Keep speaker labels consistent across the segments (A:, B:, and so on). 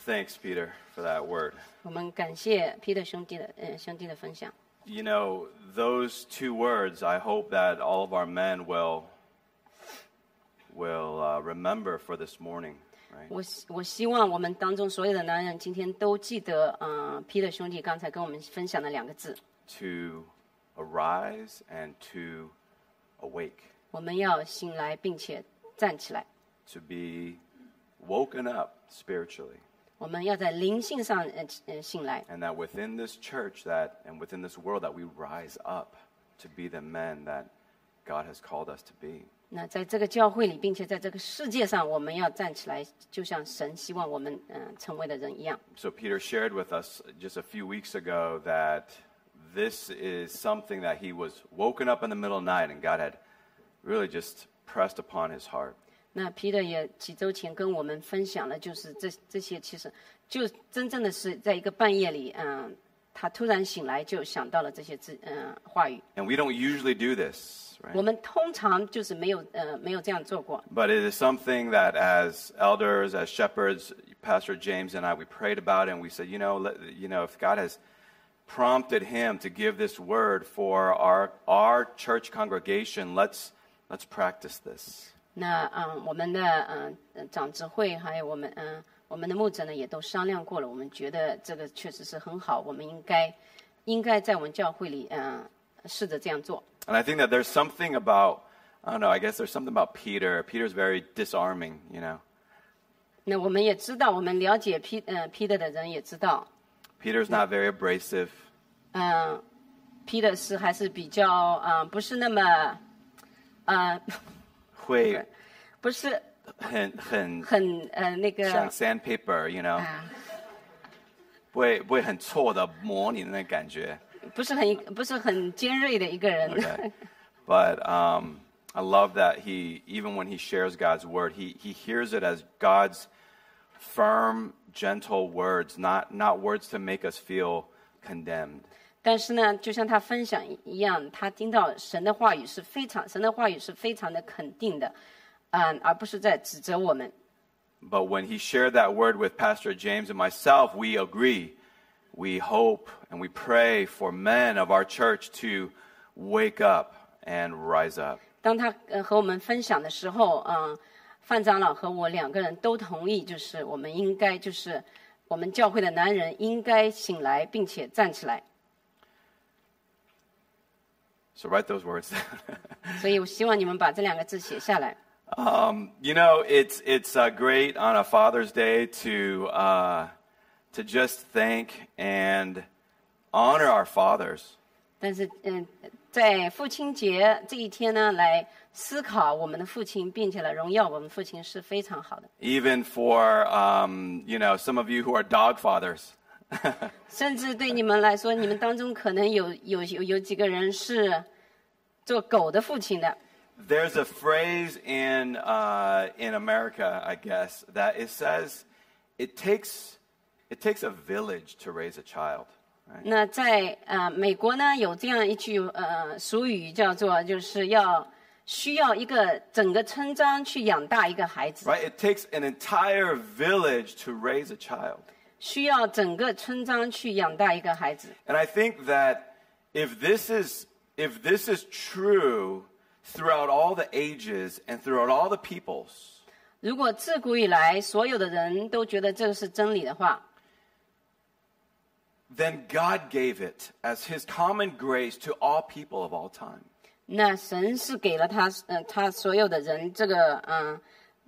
A: Thanks, Peter, for that word.
B: 我们感谢 Peter 兄弟的呃兄弟的分享。
A: You know, those two words, I hope that all of our men will, will uh, remember for this morning, right?
B: 我希我希望我们当中所有的男人今天都记得啊、呃、，Peter 兄弟刚才跟我们分享的两个字，
A: To arise and to awake,
B: 我们要醒来并且站起来，
A: to be woken up spiritually.
B: 我们要在灵性上呃呃醒来。
A: And that within this church that, and within this world, that we rise up to be the men that God has called us to be.
B: 那在这个教会里，并且在这个世界上，我们要站起来，就像神希望我们嗯、呃成为的人一样。
A: So Peter shared with us just a few weeks ago that this is something that he was woken up in the middle of the night and God had really just pressed upon his heart.
B: 那 Peter 也几周前跟我们分享了，就是这这些其实就真正的是在一个半夜里，嗯、他突然醒来就想到了这些字，嗯、话语。
A: And we don't usually do this,
B: 我
A: right?
B: 们通常就是没有呃没有这样做过，
A: But it is something that as elders, as shepherds, Pastor James and I, we prayed about it and we said, you know, let, you know, if God has prompted him to give this word for our, our church congregation, let's, let's practice this.
B: 那嗯、呃我们的嗯、呃长执会还有我们嗯、呃我们的牧者呢也都商量过了，我们觉得这个确实是很好，我们应该应该在我们教会里嗯、呃试着这样做。
A: And I think that there's something about, I don't know, I guess there's something about Peter. Peter's very disarming, you know.
B: 那我们也知道，我们了解 P 呃 Peter 的人也知道，
A: Peter's not very abrasive.
B: 嗯、Peter 是还是比较啊、呃不是那么呃
A: Hui,
B: 不是
A: hen, hen,
B: 很呃那个
A: 像 sandpaper, you know. 不会-不会很挫地磨你的那感觉。
B: 不是很不是很尖锐的一个人。
A: Okay. But um, I love that he, even when he shares God's word, he, he hears it as God's firm, gentle words, not, not words to make us feel condemned.
B: 但是呢，就像他分享一样，他听到神的话语是非常，神的话语是非常的肯定的，嗯，而不是在指责我们。
A: But when he shared that word with Pastor James and myself, we agree. We hope and we pray for men of our church to wake up and rise up.
B: 当他呃和我们分享的时候，嗯、范长老和我两个人都同意，就是我们应该就是我们教会的男人应该醒来并且站起来。
A: So write those words down.
B: 所以我希望你们把这两个字写下来。
A: Um, you know, it's it's uh, great on a Father's Day to uh, to just thank and honor our fathers.
B: 但是，嗯、在父亲节这一天呢，来思考我们的父亲，并且来荣耀我们父亲是非常好的。
A: Even for um, you know some of you who are dog fathers,
B: 甚至对你们来说，你们当中可能有有有有几个人是做狗的父亲的。
A: there's a phrase in uh, in America, I guess, that it says it takes it takes a village to raise a child. Right?
B: 那在呃美国呢，有这样一句呃俗语叫做，就是要需要一个整个村庄去养大一个孩子，
A: right? It takes an entire village to raise a child.
B: 需要整个村庄去养大一个孩子。
A: And I think that if this is if this is true throughout all the ages and throughout all the peoples,
B: 如果自古以来所有的人都觉得这是真理的话，
A: then God gave it as his common grace to all people of all time.
B: 那神是给了他呃他所有的人这个嗯、呃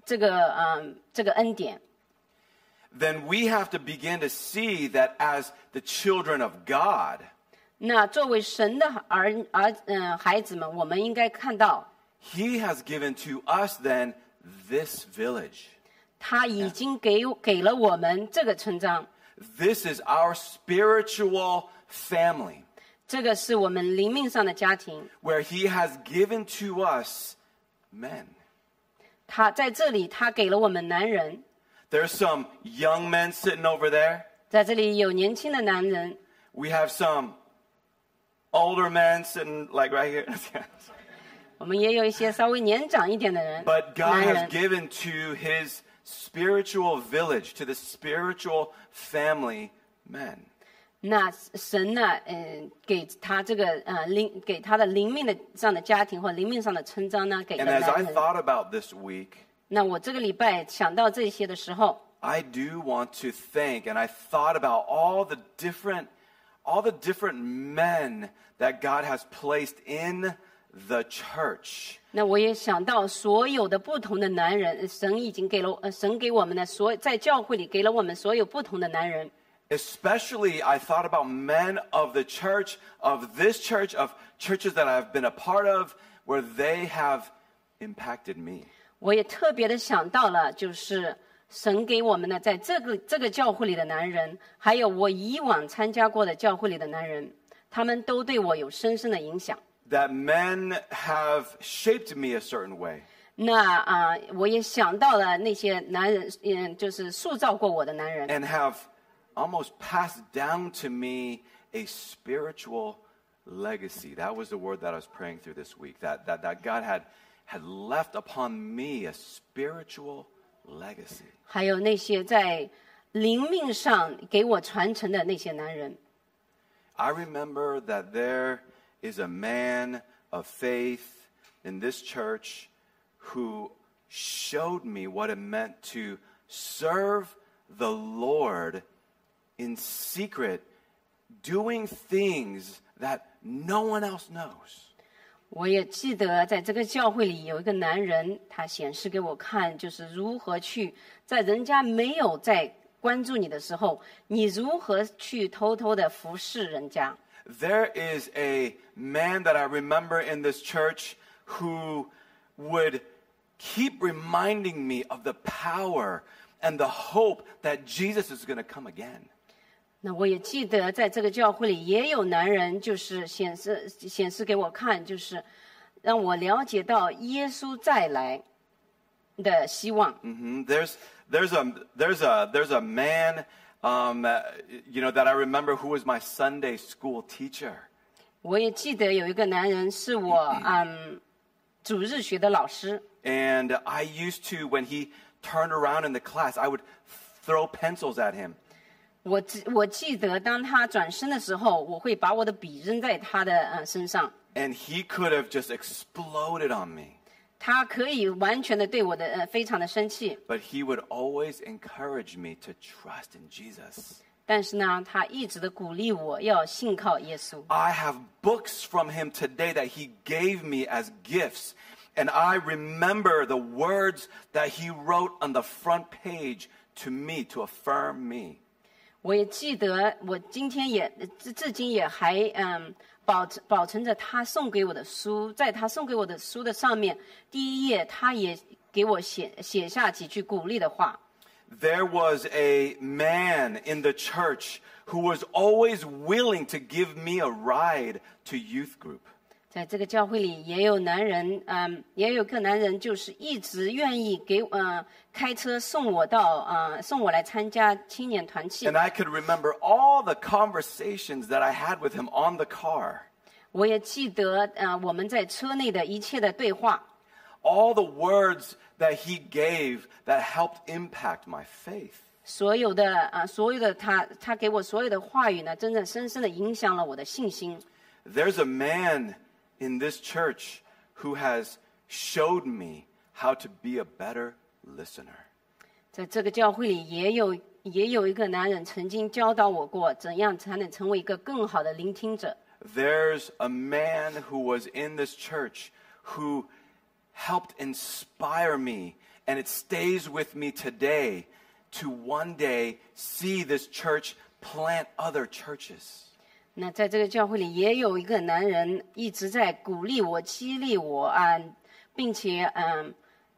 B: 这个嗯、呃这个恩典。
A: Then we have to begin to see that as the children of God,
B: 那作为神的儿儿嗯、孩子们，我们应该看到
A: he has given to us then this village.
B: 他已经给给了我们这个村庄，
A: This is our spiritual family.
B: 这个是我们灵命上的家庭。
A: where he has given to us men.
B: 他在这里，他给了我们男人，
A: There's some young men sitting over there.
B: 在这里有年轻的男人，
A: We have some older men sitting like right here.
B: 我们也有一些稍微年长一点的人，
A: but God
B: 男
A: has
B: 人。
A: given to his spiritual village, to this spiritual family men.
B: 那神呢，嗯、给他这个呃灵，给他的灵命的上的家庭或灵命上的成长呢，给了
A: And as
B: 男
A: I
B: 人。
A: thought about this week,
B: 那我这个礼拜想到这些的时候，
A: I do want to thank, and I thought about all the different, all the different men that God has placed in the church.
B: 那我也想到所有的不同的男人，神已经给了呃，神给我们的所在教会里给了我们所有不同的男人，
A: Especially, I thought about men of the church, of this church, of churches that I've been a part of, where they have impacted me.
B: 我也特别的想到了，就是神给我们的在这个这个教会里的男人，还有我以往参加过的教会里的男人，他们都对我有深深的影响。
A: That men have shaped me a certain way.
B: 那啊、我也想到了那些男人，嗯，就是塑造过我的男人，
A: and have almost passed down to me a spiritual legacy. That was the word that I was praying through this week. That that, that God had had left upon me a spiritual legacy.
B: 还有那些在灵命上给我传承的那些男人。
A: I remember that there is a man of faith in this church who showed me what it meant to serve the Lord in secret, doing things that no one else knows.
B: 我也记得在这个教会里有一个男人，他显示给我看，就是如何去在人家没有在关注你的时候，你如何去偷偷的服侍人家。
A: There is a man that I remember in this church who would keep reminding me of the power and the hope that Jesus is going to come again.
B: 那我也记得在这个教会里也有男人，就是显示显示给我看，就是让我了解到耶稣再来的希望。
A: hmm There's there's a there's a there's a man um, uh, you know that I remember who was my Sunday school teacher.
B: 我也记得有一个男人是我嗯主日学的老师。
A: And I used to, when he turned around in the class, I would throw pencils at him.
B: 我记我记得，当他转身的时候，我会把我的笔扔在他的呃身上，
A: And he could have just exploded on me.
B: 他可以完全的对我的呃非常的生气，
A: But he would always encourage me to trust in Jesus.
B: 但是呢，他一直的鼓励我要信靠耶稣。
A: I have books from him today that he gave me as gifts. And I remember the words that he wrote on the front page to me to affirm me.
B: 我也记得，我今天也至至今也还嗯保持保存着他送给我的书，在他送给我的书的上面第一页，他也给我写写下几句鼓励的话。
A: There was a man in the church who was always willing to give me a ride to youth group.
B: 在这个教会里，也有男人，嗯，也有个男人，就是一直愿意给，嗯、开车送我到，呃，送我来参加青年团契
A: And。I could remember all the conversations that I had with him on the car,
B: 我也记得，呃，我们在车内的一切的对话，
A: all the words that he gave that helped impact my faith.
B: 所有的，啊、所有的他，他给我所有的话语呢，真正深深的影响了我的信心。
A: There's a man in this church who has showed me how to be a better listener.
B: 在这个教会里，也有也有一个男人曾经教导我过，怎样才能成为一个更好的聆听者。
A: There's a man who was in this church who helped inspire me, and it stays with me today to one day see this church plant other churches.
B: 那在这个教会里，也有一个男人一直在鼓励我、激励我啊，并且嗯，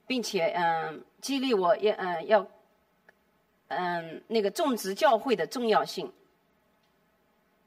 B: 并且嗯，激励我也嗯要嗯那个种植教会的重要性。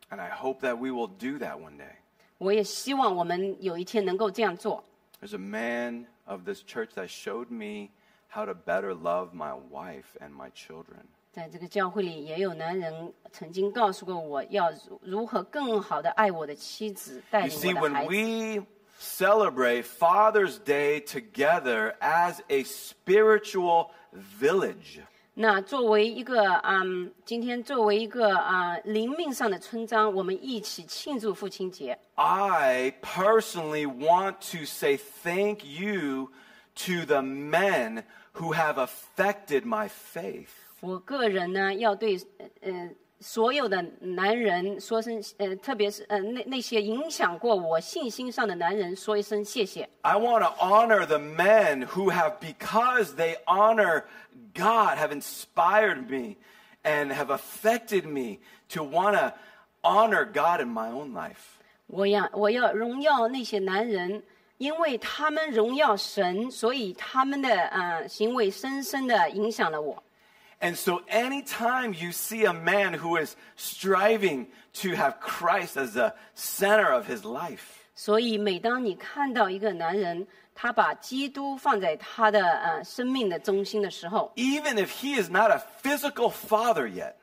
A: And I hope that we will do that one day.
B: 我也希望我们有一天能够这样做。
A: There's a man of this church that showed me how to better love my wife and my children.
B: 在这个教会里，也有男人曾经告诉过我要如如何更好的爱我的妻子，
A: You
B: 带领
A: see,
B: 我
A: when
B: 的孩子。
A: we celebrate Father's Day together as a spiritual village.
B: 那作为一个嗯，今天作为一个啊、灵命上的村庄，我们一起庆祝父亲节。
A: I personally want to say thank you to the men who have affected my faith.
B: 我个人呢，要对呃呃所有的男人说声呃，特别是呃那那些影响过我信心上的男人说一声谢谢。
A: I want to honor the men who have, because they honor God, have inspired me and have affected me to want to honor God in my own life.
B: 我要我要荣耀那些男人，因为他们荣耀神，所以他们的呃行为深深的影响了我。
A: And so, anytime you see a man who is striving to have Christ as the center of his life,
B: 所以每当你看到一个男人，他把基督放在他的呃生命的中心的时候，
A: even if he is not a physical father yet,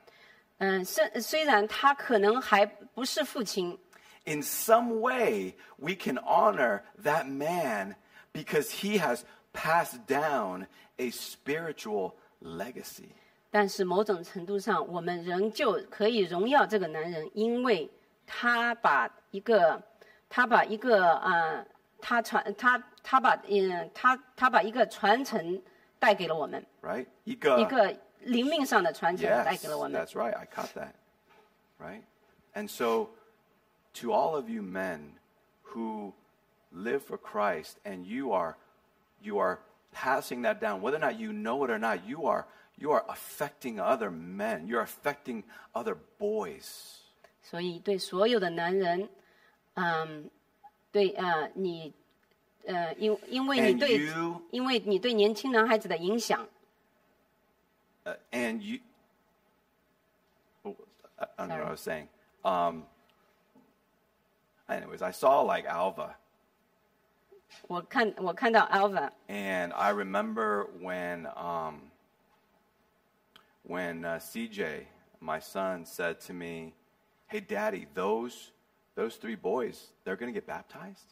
B: 嗯、虽虽然他可能还不是父亲，
A: in some way we can honor that man because he has passed down a spiritual legacy.
B: 但是某种程度上，我们仍旧可以荣耀这个男人，因为他把一个，他把一个呃，他传他他把嗯、他他把一个传承带给了我们，
A: Right?
B: 一个灵命上的传承带
A: 啊 Yes,
B: 给了我们。
A: that's right. I caught that. Right? And so, to all of you men who live for Christ and you are you are passing that down, whether or not you know it or not, you are you are affecting other men. You're affecting other boys.
B: 所以对所有的男人，嗯，对呃你，呃因因为你
A: And
B: 对
A: you-
B: 因为你对年轻男孩子的影响，
A: Uh, and you oh, I I don't know what I was saying. Um, anyways, I saw like Alva
B: 我看我看到 Alva。
A: And I remember when um, when uh, CJ, my son, said to me, "Hey, Daddy, those those three boys, they're gonna get baptized."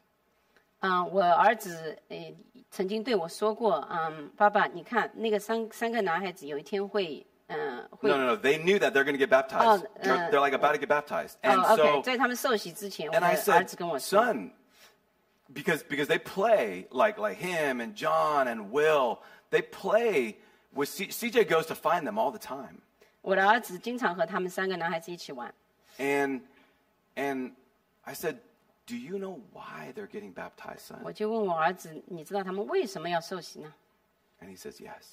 B: 啊、我儿子呃曾经对我说过，嗯，爸爸，你看那个三三个男孩子有一天会，嗯、会
A: No, no, no. They knew that they're gonna get baptized.
B: Oh,
A: they're,
B: uh, oh,
A: they're like about to get baptized,
B: 哦
A: and
B: ，OK，
A: so
B: 在他们受洗之前，我
A: and
B: 的
A: I
B: 儿子
A: said,
B: 跟我说，
A: "Son." Because, because they play like like him and John and Will, they play with C, CJ goes to find them all the time.
B: 我的儿子经常和他们三个男孩子一起玩。
A: And and I said, "Do you know why they're getting baptized,
B: 我
A: son?"
B: 就问我儿子，你知道他们为什么要受洗呢？
A: And he says, "Yes.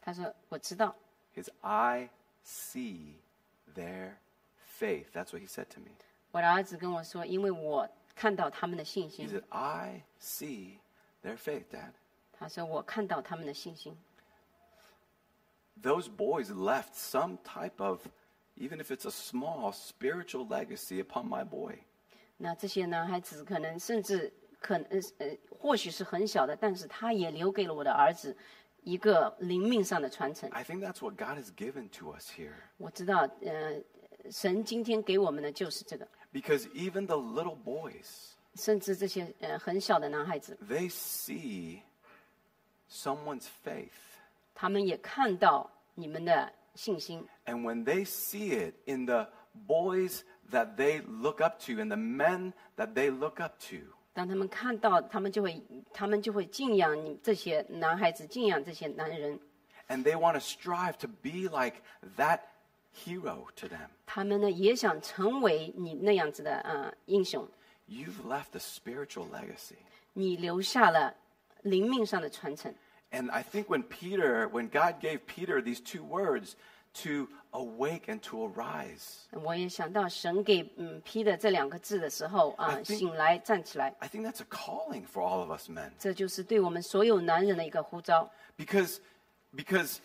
B: 他说我知道，
A: His I see their faith." That's what he said to me.
B: 我的儿子跟我说，因为我看到他们的信
A: He
B: 心。
A: said, "I see their faith, dad."
B: 他说我看到他们的信心。
A: Those boys left some type of even if it's a small spiritual legacy upon my boy.
B: 那这些男孩子可能甚至可能呃，或许是很小的，但是他也留给了我的儿子一个灵命上的传承。
A: I think that's what God has given to us here.
B: 我知道，呃，神今天给我们的就是这个，
A: Because even the little boys,
B: 甚至这些呃很小的男孩子，
A: they see someone's faith.
B: 他们也看到你们的信心。
A: And when they see it in the boys that they look up to and the men that they look up to,
B: 当他们看到，他们就会，他们就会敬仰你这些男孩子，敬仰这些男人。
A: and they want to strive to be like that hero to them,
B: 他们呢也想成为你那样子的呃英雄，
A: you've left a spiritual legacy.
B: 你留下了灵命上的传承。
A: And I think when Peter, when God gave Peter these two words to awake and to arise,
B: 我也想到神给嗯批的这两个字的时候啊、
A: I think-
B: 醒来站起来，
A: I think that's a calling for all of us men
B: 这就是对我们所有男人的一个呼召。
A: because, because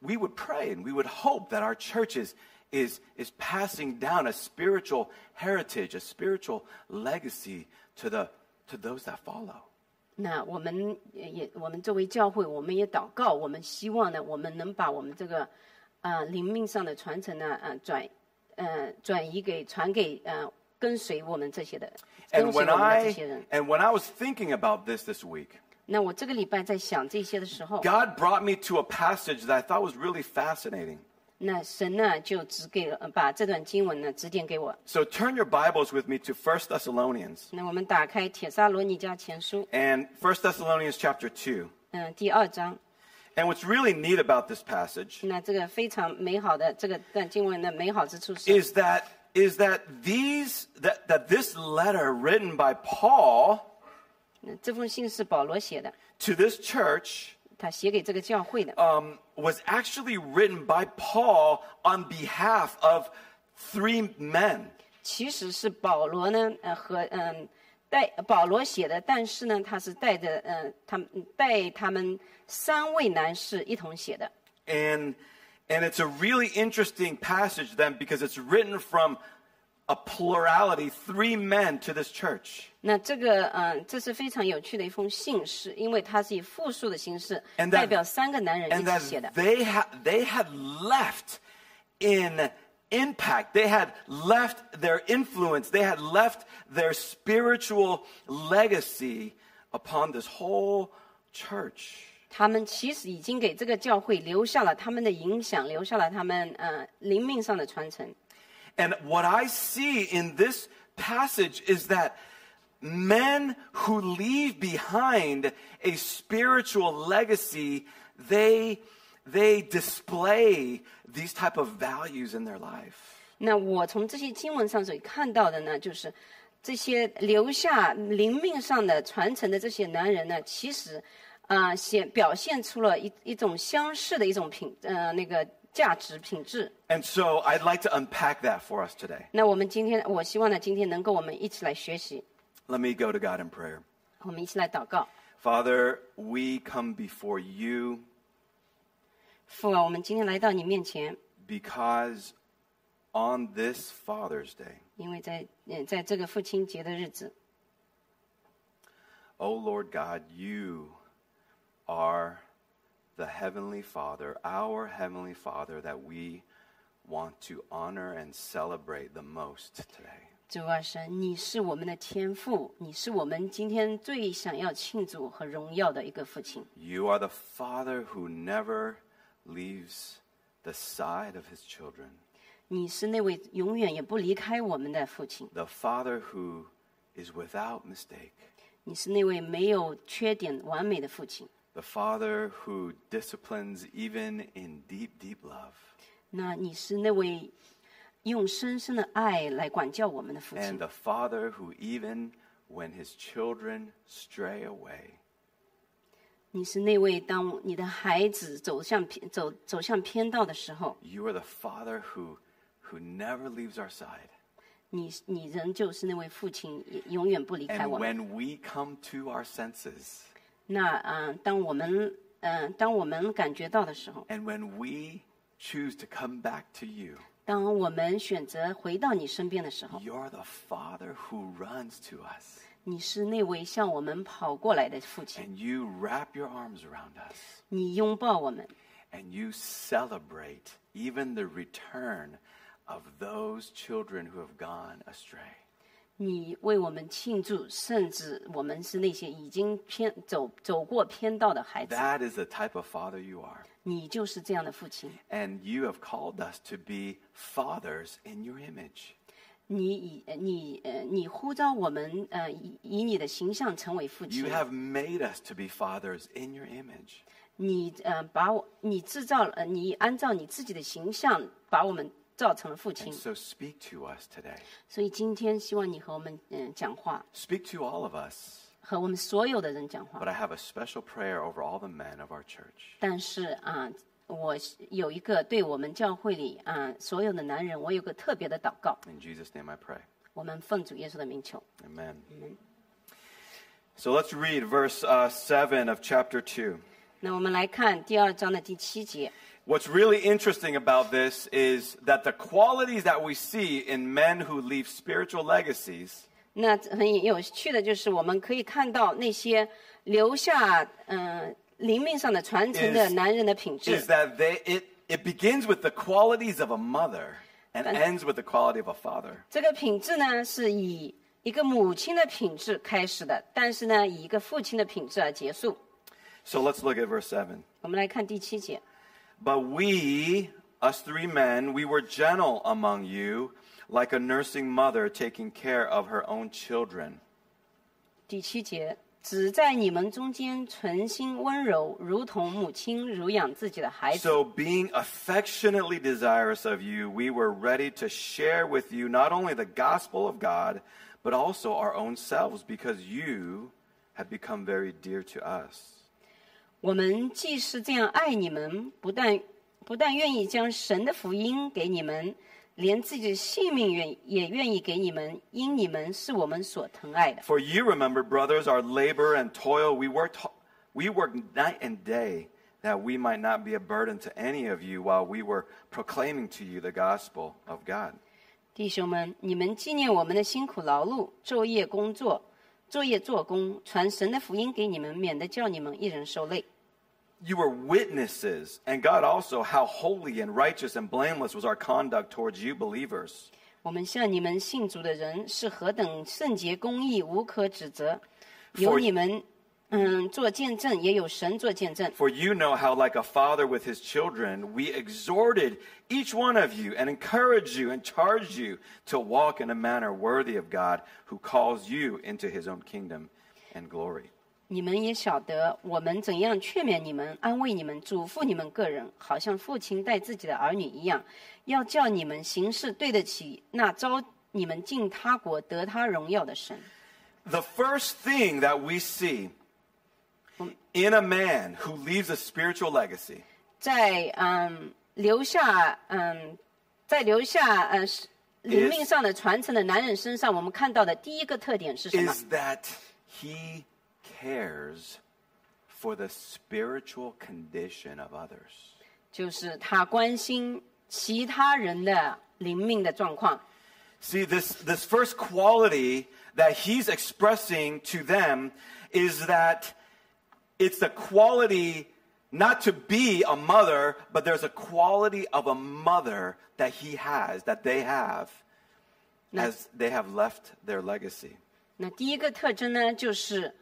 A: we would pray and we would hope that our churches is, is passing down a spiritual heritage, a spiritual legacy to, the, to those that follow.
B: 那我们也也，我们作为教会，我们也祷告，我们希望呢，我们能把我们这个啊、呃灵命上的传承呢，啊、转呃转移给传给呃跟随我们这些的跟
A: And
B: 随
A: when
B: 我们的这
A: I
B: 些人。
A: and when I was thinking about this this week,
B: 那我这个礼拜在想这些的时候，
A: God brought me to a passage that I thought was really fascinating.
B: 那神呢就指给了呃把这段经文呢指点给我。
A: So turn your Bibles with me to 1 Thessalonians
B: 那我们打开《铁沙罗尼迦前书》
A: and 1 Thessalonians chapter 2.
B: 嗯、第二章。
A: And what's really neat about this passage
B: 那这个非常美好的这个段经文的美好之处是，
A: is that is that these that, that this letter written by Paul
B: 嗯这封信是保罗写的，
A: to this church
B: 他写给这个教会的。
A: um, was actually written by Paul on behalf of three men.
B: 其实是保罗呢，呃和嗯带保罗写的，但是呢，他是带着嗯、呃他们带他们三位男士一同写的。
A: And and it's a really interesting passage then because it's written from a plurality, three men to this church.
B: 那这个嗯、呃这是非常有趣的一封信，是因为它是以复数的形式
A: And that-
B: 代表三个男人一
A: And
B: 起写的
A: that。they had they had left in impact. They had left their influence. They had left their spiritual legacy upon this whole church.
B: 他们其实已经给这个教会留下了他们的影响，留下了他们呃灵命上的传承。
A: And what I see in this passage is that men who leave behind a spiritual legacy, they they display these type of values in their life.
B: 那我从这些经文上所看到的呢，就是这些留下灵命上的传承的这些男人呢，其实啊、呃显表现出了一一种相似的一种品呃那个价值品质。
A: And so I'd like to unpack that for us today.
B: 那我们今天，我希望呢，今天能够我们一起来学习，
A: Let me go to God in prayer.
B: 我们一起来祷告。
A: Father, we come before you
B: 父啊，我们今天来到你面前，
A: because on this Father's Day,
B: 因为在嗯在这个父亲节的日子，
A: O Lord God, you are the Heavenly Father, our Heavenly Father that we want to honor and celebrate the most today.
B: 主啊神，你是我们的天父，你是我们今天最想要庆祝和荣耀的一个父亲。
A: You are the Father who never leaves the side of his children,
B: 你是那位永远也不离开我们的父亲，
A: the Father who is without mistake,
B: 你是那位没有缺点、完美的父亲。
A: the Father who disciplines even in deep, deep love,
B: 那你是那位用深深的爱来管教我们的父
A: and
B: 亲。
A: the Father who, even when his children stray away,
B: 你是那位当你的孩子走向偏走走向偏道的时候，
A: You are the Father who, who never leaves our side.
B: 你你仍旧是那位父亲，也永远不离开
A: And
B: 我们。
A: when we come to our senses
B: 那啊、呃当我们嗯、呃当我们感觉到的时候，
A: and when we choose to come back to you,
B: 当我们选择回到你身边的时候，
A: you're the Father who runs to us
B: 你是那位向我们跑过来的父亲，
A: and you wrap your arms around us
B: 你拥抱我们。
A: and you celebrate even the return of those children who have gone astray.
B: 你为我们庆祝，甚至我们是那些已经偏走走过偏道的孩子，
A: That is the type of Father you are.
B: 你就是这样的父亲。
A: And you have called us to be fathers in your image.
B: 你以呃你呃你呼召我们呃以以你的形象成为父
A: You
B: 亲，
A: have made us to be fathers in your image.
B: 你呃把我你制造了呃你按照你自己的形象把我们造成了父
A: And
B: 亲。
A: so speak to us today.
B: 所以今天希望你和我们嗯、呃讲话，
A: Speak to all of us.
B: 和我们所有的人讲
A: But
B: 话。
A: I have a special prayer over all the men of our church.
B: 但是啊、我有一个对我们教会里啊、所有的男人，我有个特别的祷告。
A: In Jesus' name I pray.
B: 我们奉主耶稣的名求。
A: Amen. So let's read verse uh, 7 of chapter 2.
B: 那我们来看第二章的第七节。
A: What's really interesting about this is that the qualities that we see in men who leave spiritual legacies
B: 那很有趣的就是，我们可以看到那些留下嗯、呃、灵命上的传承的
A: Is-
B: 男人的品质
A: is。that they, it, it begins with the qualities of a mother and ends with the quality of a father.
B: 这个品质呢，是以一个母亲的品质开始的，但是呢，以一个父亲的品质而结束。
A: So let's look at verse 7.
B: 我们来看第七节，
A: But we, us three men, we were gentle among you, like a nursing mother taking care of her own children.
B: 第七节，只在你们中间存心温柔，如同母亲乳养自己的孩子。
A: So, being affectionately desirous of you, we were ready to share with you not only the gospel of God, but also our own selves, because you have become very dear to us.
B: 我们既是这样爱你们，不但不但愿意将神的福音给你们，连自己的性命愿也愿意给你们，因你们是我们所疼爱的。
A: For you remember, brothers, our labor and toil. We worked, we worked night and day that we might not be a burden to any of you while we were proclaiming to you the gospel of God.
B: 弟兄们，你们纪念我们的辛苦劳碌，昼夜工作，昼夜做工，传神的福音给你们，免得叫你们一人受累。
A: You were witnesses, and God also, how holy and righteous and blameless was our conduct towards you believers.
B: 我们向你们信主的人是何等圣洁、公义，无可指责。有
A: For-
B: 你们，嗯，做见证，也有神做见证。
A: For you know how, like a father with his children, we exhorted each one of you and encouraged you and charged you to walk in a manner worthy of God who calls you into his own kingdom and glory.
B: 你们也晓得我们怎样劝勉你们、安慰你们、嘱咐你们个人，好像父亲待自己的儿女一样，要叫你们行事对得起那招你们进他国得他荣耀的神。
A: The first thing that we see in a man who leaves a spiritual legacy
B: 在嗯留下嗯在留下嗯是灵命上的传承的男人身上，我们看到的第一个特点是什么？
A: is that he cares for the spiritual condition of others.
B: 就是他关心其他人的灵命的状况。
A: See, this, this first quality that he's expressing to them is that it's the quality not to be a mother, but there's a quality of a mother that he has, that they have, as they have left their legacy.
B: 那第一个特征呢，就是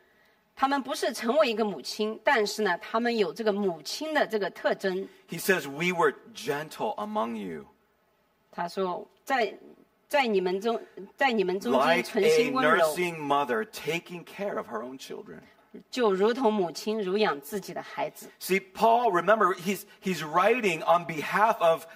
B: 他们不是成为一个母亲，但是呢，他们有这个母亲的这个特征。
A: He says, We were gentle among you,
B: 他说，在在你们中，在你们中间
A: like
B: 存
A: a
B: 心温柔，
A: nursing mother taking care of her own children.
B: 就如同母亲乳养自己的孩子。
A: See, Paul, remember, he's, he's writing on behalf of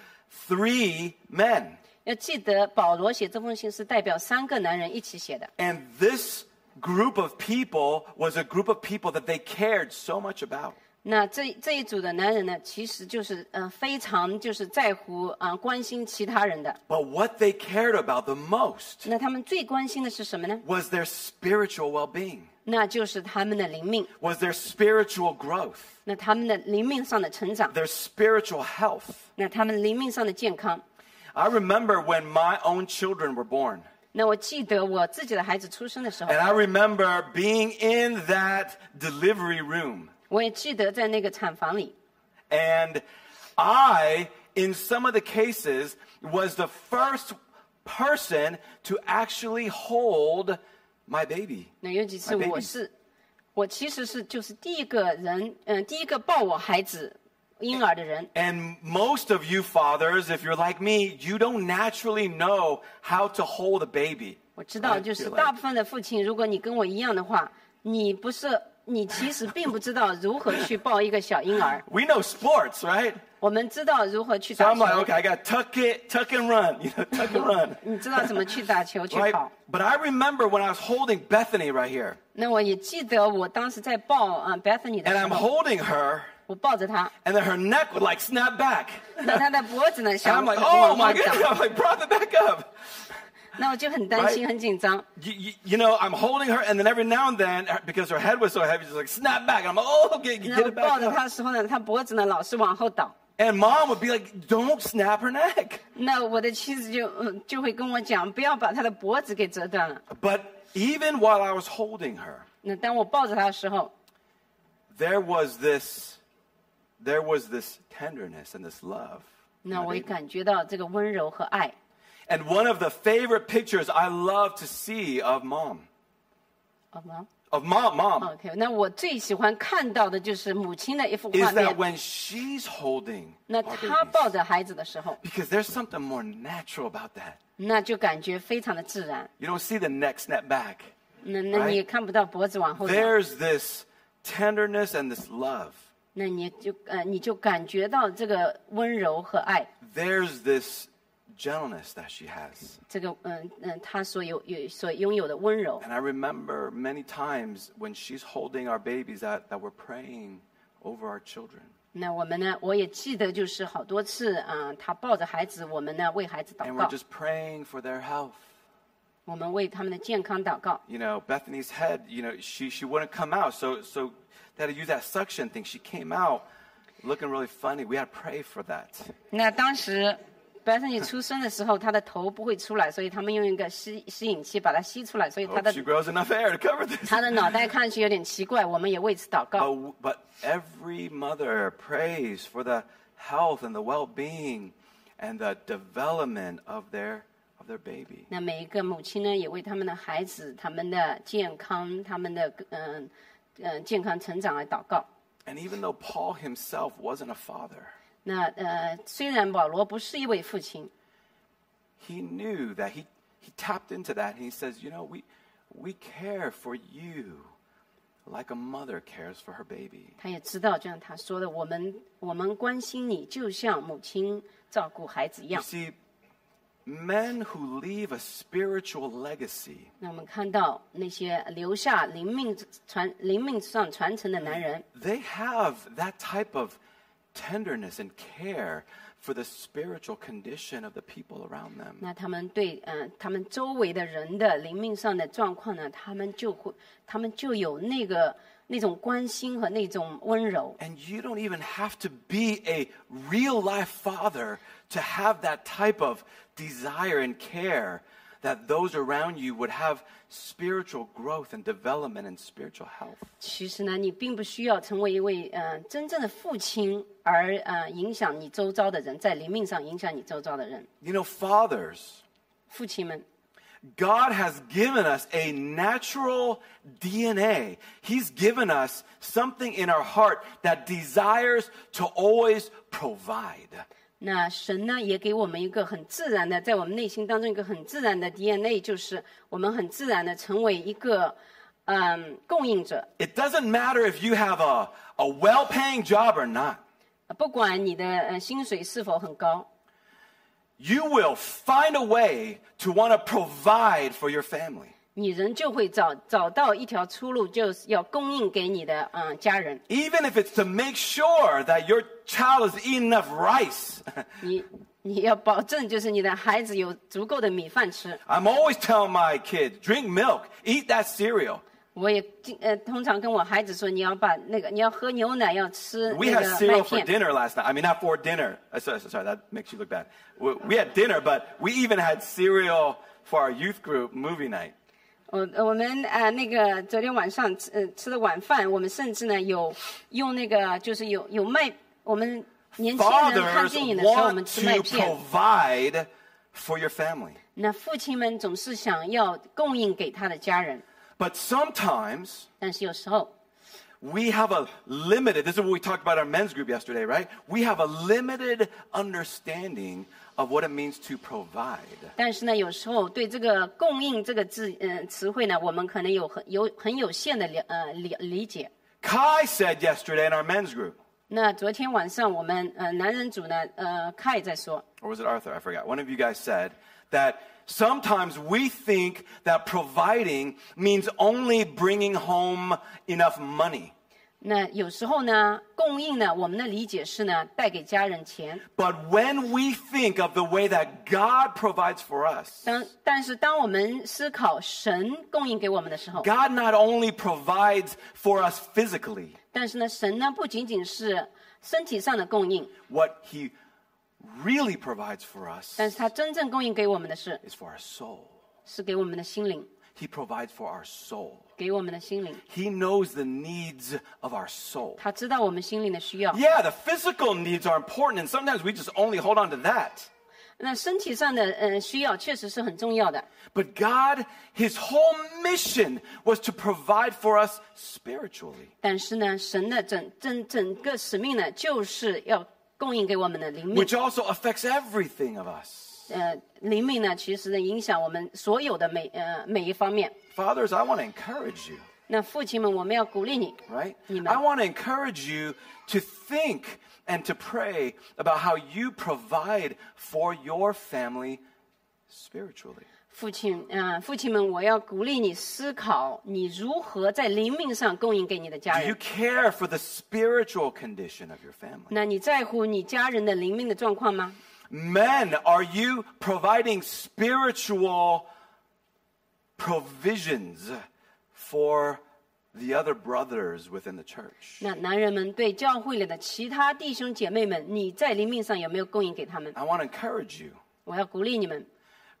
A: three men.
B: 要记得，保罗写这封信是代表三个男人一起写的。
A: And this group of people was a group of people that they cared so much about.
B: 那这这一组的男人呢，其实就是呃非常就是在乎啊、关心其他人的。
A: But what they cared about the most
B: 那他们最关心的是什么呢？
A: was their spiritual well being,
B: 那就是他们的灵命，
A: was their spiritual growth,
B: 那他们的灵命上的成长，
A: their spiritual health.
B: 那他们灵命上的健康。
A: I remember when my own children were born.
B: 那我记得我自己的孩子出生的时候
A: And，I remember being in that delivery room.
B: 我也记得在那个产房里，
A: And I, in some of the cases, was the first person to actually hold my baby.
B: 那有几次
A: My baby.
B: 我是，我其实是就是第一个人，嗯、第一个抱我孩子婴儿的人。
A: And most of you fathers, if you're like me, you don't naturally know how to hold a baby.
B: 我知道，
A: Right?
B: 就是
A: You're
B: 大
A: like,
B: 部分的父亲，如果你跟我一样的话，你不是你其实并不知道如何去抱一个小婴儿。
A: we know sports, right?
B: 我们知道如何去
A: So
B: 打
A: I'm like,
B: 球
A: okay,，I got tuck it, tuck and run, you know, tuck and run.
B: 你知道怎么去打球去
A: Right?
B: 跑。
A: But I remember when I was holding Bethany right here,
B: 那我也记得我当时在抱啊 Bethany 的
A: and
B: 时
A: I'm
B: 候，
A: holding her,
B: 我抱着 她，
A: and then her neck would like snap back.
B: 那她的脖子呢
A: And
B: 想
A: I'm like,
B: 往
A: oh
B: 往
A: my
B: 长
A: goodness, I'm like, brought it back up.
B: 那我就很担心
A: Right.
B: 很紧张。
A: You, you, you know, I'm holding her, and then every now and then, her- because her head was so heavy, she's like, snap back. And I'm like, oh, okay,
B: 那
A: get
B: 我
A: it
B: 抱
A: back
B: 着
A: up.
B: 她的时候呢，她脖子呢老是往后倒。
A: And mom would be like, don't snap her neck.
B: 那我的妻子就嗯就会跟我讲，不要把她的脖子给折断了。
A: But even while I was holding her,
B: 那当我抱着她的时候，
A: there was this, there was this tenderness and this love. in
B: 那
A: my
B: 我也
A: baby.
B: 感觉到这个温柔和爱。
A: And one of the favorite pictures I love to see of mom,
B: 好吗
A: of mom, mom,
B: ？OK，那我最喜欢看到的就是母亲的一幅
A: is
B: 画
A: that
B: 面。
A: when she's holding
B: 那
A: our
B: 她
A: babies.
B: 抱着孩子的时候，
A: because there's something more natural about that.
B: 那就感觉非常的自然。
A: You don't see the neck snap back.
B: 那那
A: Right.
B: 你也看不到脖子往后仰，
A: There's this tenderness and this love.
B: 那你就呃你就感觉到这个温柔和爱。
A: There's this gentleness that she has.
B: 这个嗯嗯，他所有有所拥有的温柔。
A: And I remember many times when she's holding our babies that, that we're praying over our children.
B: 那我们呢，我也记得就是好多次啊、他抱着孩子，我们呢为孩子祷
A: And we're
B: 告，
A: just praying for their health.
B: 我们为他们的健康祷告。
A: You know, Bethany's head, you know, she, she wouldn't come out. So, so they had to use that suction thing. She came out looking really funny. We had to pray for that.
B: 那 当时 Bethany 出生的时候，她的头不会出来，所以他们用一个吸吸引器把它吸出来，所以她
A: Hope
B: 的
A: she grows enough hair to cover this.
B: 她的脑袋看上去有点奇怪，我们也为此祷告。
A: Oh, but every mother prays for the health and the well-being and the development of their of their baby.
B: 那每一个母亲呢，也为他们的孩子、他们的健康、他们的嗯嗯、呃健康成长而祷告。
A: And even though Paul himself wasn't a father,
B: 那呃，虽然保罗不是一位父亲，
A: he knew that he he tapped into that and he says, "You know, we we care for you like a mother cares for her baby."
B: 他也知道，就像他说的，我们我们关心你，就像母亲照顾孩子一
A: You
B: 样。
A: see, men who leave a spiritual legacy,
B: 那我们看到那些留下灵命传灵命上传承的男人，
A: they have that type of tenderness and care for the spiritual condition of the people around them.
B: 那他们对呃他们周围的人的灵命上的状况呢，他们就会他们就有那个那种关心和那种温柔。
A: And you don't even have to be a real life father to have that type of desire and care that those around you would have spiritual growth and development and spiritual health.
B: 其实呢，你并不需要成为一位呃真正的父亲而呃影响你周遭的人，在灵命上影响你周遭的人。
A: You know, fathers,
B: 父亲们，
A: God has given us a natural DNA. He's given us something in our heart that desires to always provide.
B: 那神呢也给我们一个很自然的，在我们内心当中一个很自然的 DNA，就是我们很自然的成为一个嗯、供应者。
A: It doesn't matter if you have a, a well paying job or not,
B: 不管你的呃薪水是否很高，
A: you will find a way to want to provide for your family.
B: 你仍旧会找找到一条出路，就是要供应给你的嗯、呃家人。
A: Even if it's to make sure that your child is eating enough rice.
B: 你你要保证就是你的孩子有足够的米饭吃。
A: I'm always telling my kids drink milk, eat that cereal.
B: 我也经呃通常跟我孩子说，你要把那个你要喝牛奶，要吃
A: We
B: 那
A: had
B: 个麦
A: cereal for
B: 片。
A: dinner last night. I mean, not for dinner. Uh, Sorry, sorry, sorry, that makes you look bad. We, we had dinner, but we even had cereal for our youth group movie night.
B: 我我们呃那个昨天晚上吃、呃、吃的晚饭，我们甚至呢有用那个就是有有麦，我们年轻人看
A: Fathers
B: 电影的时候，我们
A: want
B: 吃麦
A: to
B: 片。
A: provide for your family,
B: 那父亲们总是想要供应给他的家人，
A: but sometimes
B: 但是有时候
A: we have a limited. This is what we talked about our men's group yesterday, right? We have a limited understanding of what it means to provide.
B: 但是呢，有时候对这个“供应”这个字，嗯、词汇呢，我们可能有很有很有限的了呃理理解。
A: Kai said yesterday in our men's group,
B: 那昨天晚上我们呃男人组呢，呃，凯在说，
A: or was it Arthur? I forgot. One of you guys said that sometimes we think that providing means only bringing home enough money.
B: 那有时候呢，供应呢，我们的理解是呢，带给家人钱。
A: But when we think of the way that God provides for us,
B: 当但是当我们思考神供应给我们的时候，
A: God not only provides for us physically,
B: 但是呢，神呢不仅仅是身体上的供应，
A: what He really provides for us
B: 但是他真正供应给我们的是
A: is for our soul.
B: 是给我们的心灵，
A: He provides for our soul.
B: 给我们的心灵。
A: He knows the needs of our soul.
B: 他知道我们心灵的需要。
A: Yeah, the physical needs are important, and sometimes we just only hold on to that.
B: 那身体上的呃需要确实是很重要的，
A: But God, His whole mission was to provide for us spiritually.
B: 但是呢，神的整整整个使命呢，就是要供应给我们的灵命。
A: which also affects everything of us.
B: 呃，灵命呢，其实呢影响我们所有的每呃每一方面。
A: Fathers, I want to encourage you,
B: 那父亲们，我们要鼓励你，
A: right?
B: Amen.
A: I want to encourage you to think and to pray about how you provide for your family spiritually.
B: 父亲，嗯、父亲们，我要鼓励你思考，你如何在灵命上供应给你的家
A: Do you
B: 人。
A: care for the spiritual condition of your family?
B: 那你在乎你家人的灵命的状况吗？
A: Men, are you providing spiritual provisions for the other brothers within the church?
B: 那男人们对教会里的其他弟兄姐妹们，你在灵命上有没有供应给他们？
A: I want to encourage you.
B: 我要鼓励你们，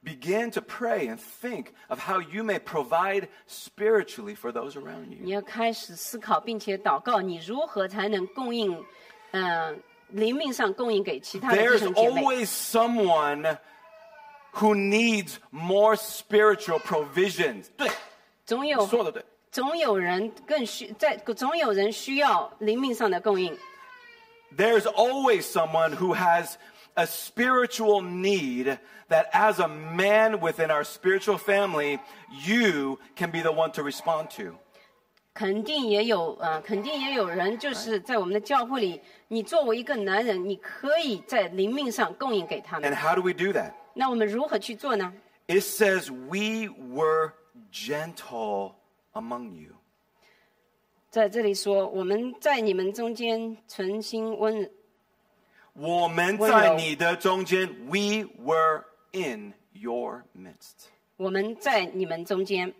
A: Begin to pray and think of how you may provide spiritually for those around you.
B: 你要开始思考，并且祷告，你如何才能供应，嗯、灵命上供应给其他的弟
A: There's
B: 兄姐妹。
A: always someone who needs more spiritual provisions. 对，
B: 总有
A: 说得对。
B: 总有人更需在，总有人需要灵命上的供应。
A: There's always someone who has a spiritual need that as a man within our spiritual family, you can be the one to respond to.
B: 肯定也有呃，肯定也有人就是在我们的教会里，你作为一个男人，你可以在灵命上供应给他
A: And
B: 们。
A: how do we do that?
B: 那我们如何去做呢？
A: It says, We were gentle among you.
B: 在这里说，我们在你们中间存心温，
A: 我们在你的中间, we were in your midst.
B: 我们在你们中间，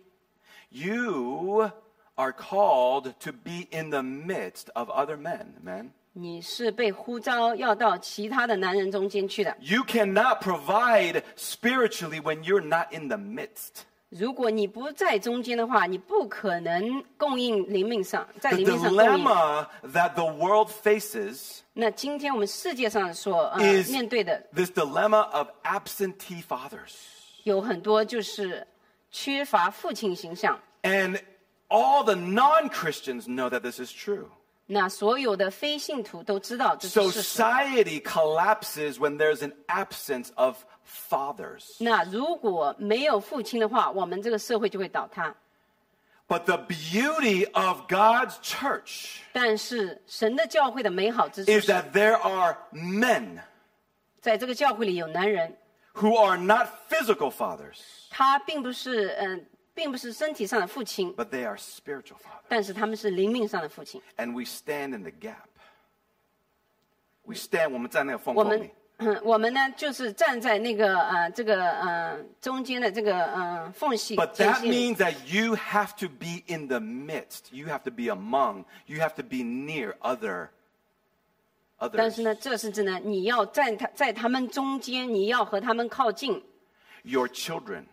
A: You are called to be in the midst of other men, man.
B: 你是被呼召要到其他的男人中间去的。
A: You cannot provide spiritually when you're not in the midst.
B: 如果你不在中间的话，你不可能供应灵命上，在
A: The
B: 灵 命上供应。
A: dilemma that the world faces
B: 那今天我们世界上所呃
A: is
B: 面对的
A: this dilemma of absentee fathers.
B: 有很多就是缺乏父亲形象。
A: And all the non Christians know that this is true.
B: 那所有的非信徒都知道这是事实。
A: Society collapses when there's an absence of fathers.
B: 那如果没有父亲的话，我们这个社会就会倒塌。
A: But the beauty of God's church
B: 但是神的教会的美好之处
A: is
B: 是，
A: that there are men
B: 在这个教会里有男人，
A: who are not physical fathers,
B: 他并不是嗯、呃并不是身体上的父亲，
A: but they are spiritual fathers.
B: 但是他们是灵命上的父亲。
A: And we stand in the gap. We stand
B: 我们
A: 我们在那个风口里.。
B: 我们呢，就是站在那个呃，这个呃中间的这个呃缝隙
A: But
B: 间
A: that
B: 隙里，
A: means that you have to be in the midst. You have to be among. You have to be near other
B: 但
A: others.
B: 是呢，这是指呢，你要站他在他们中间，你要和他们靠近，
A: Your children,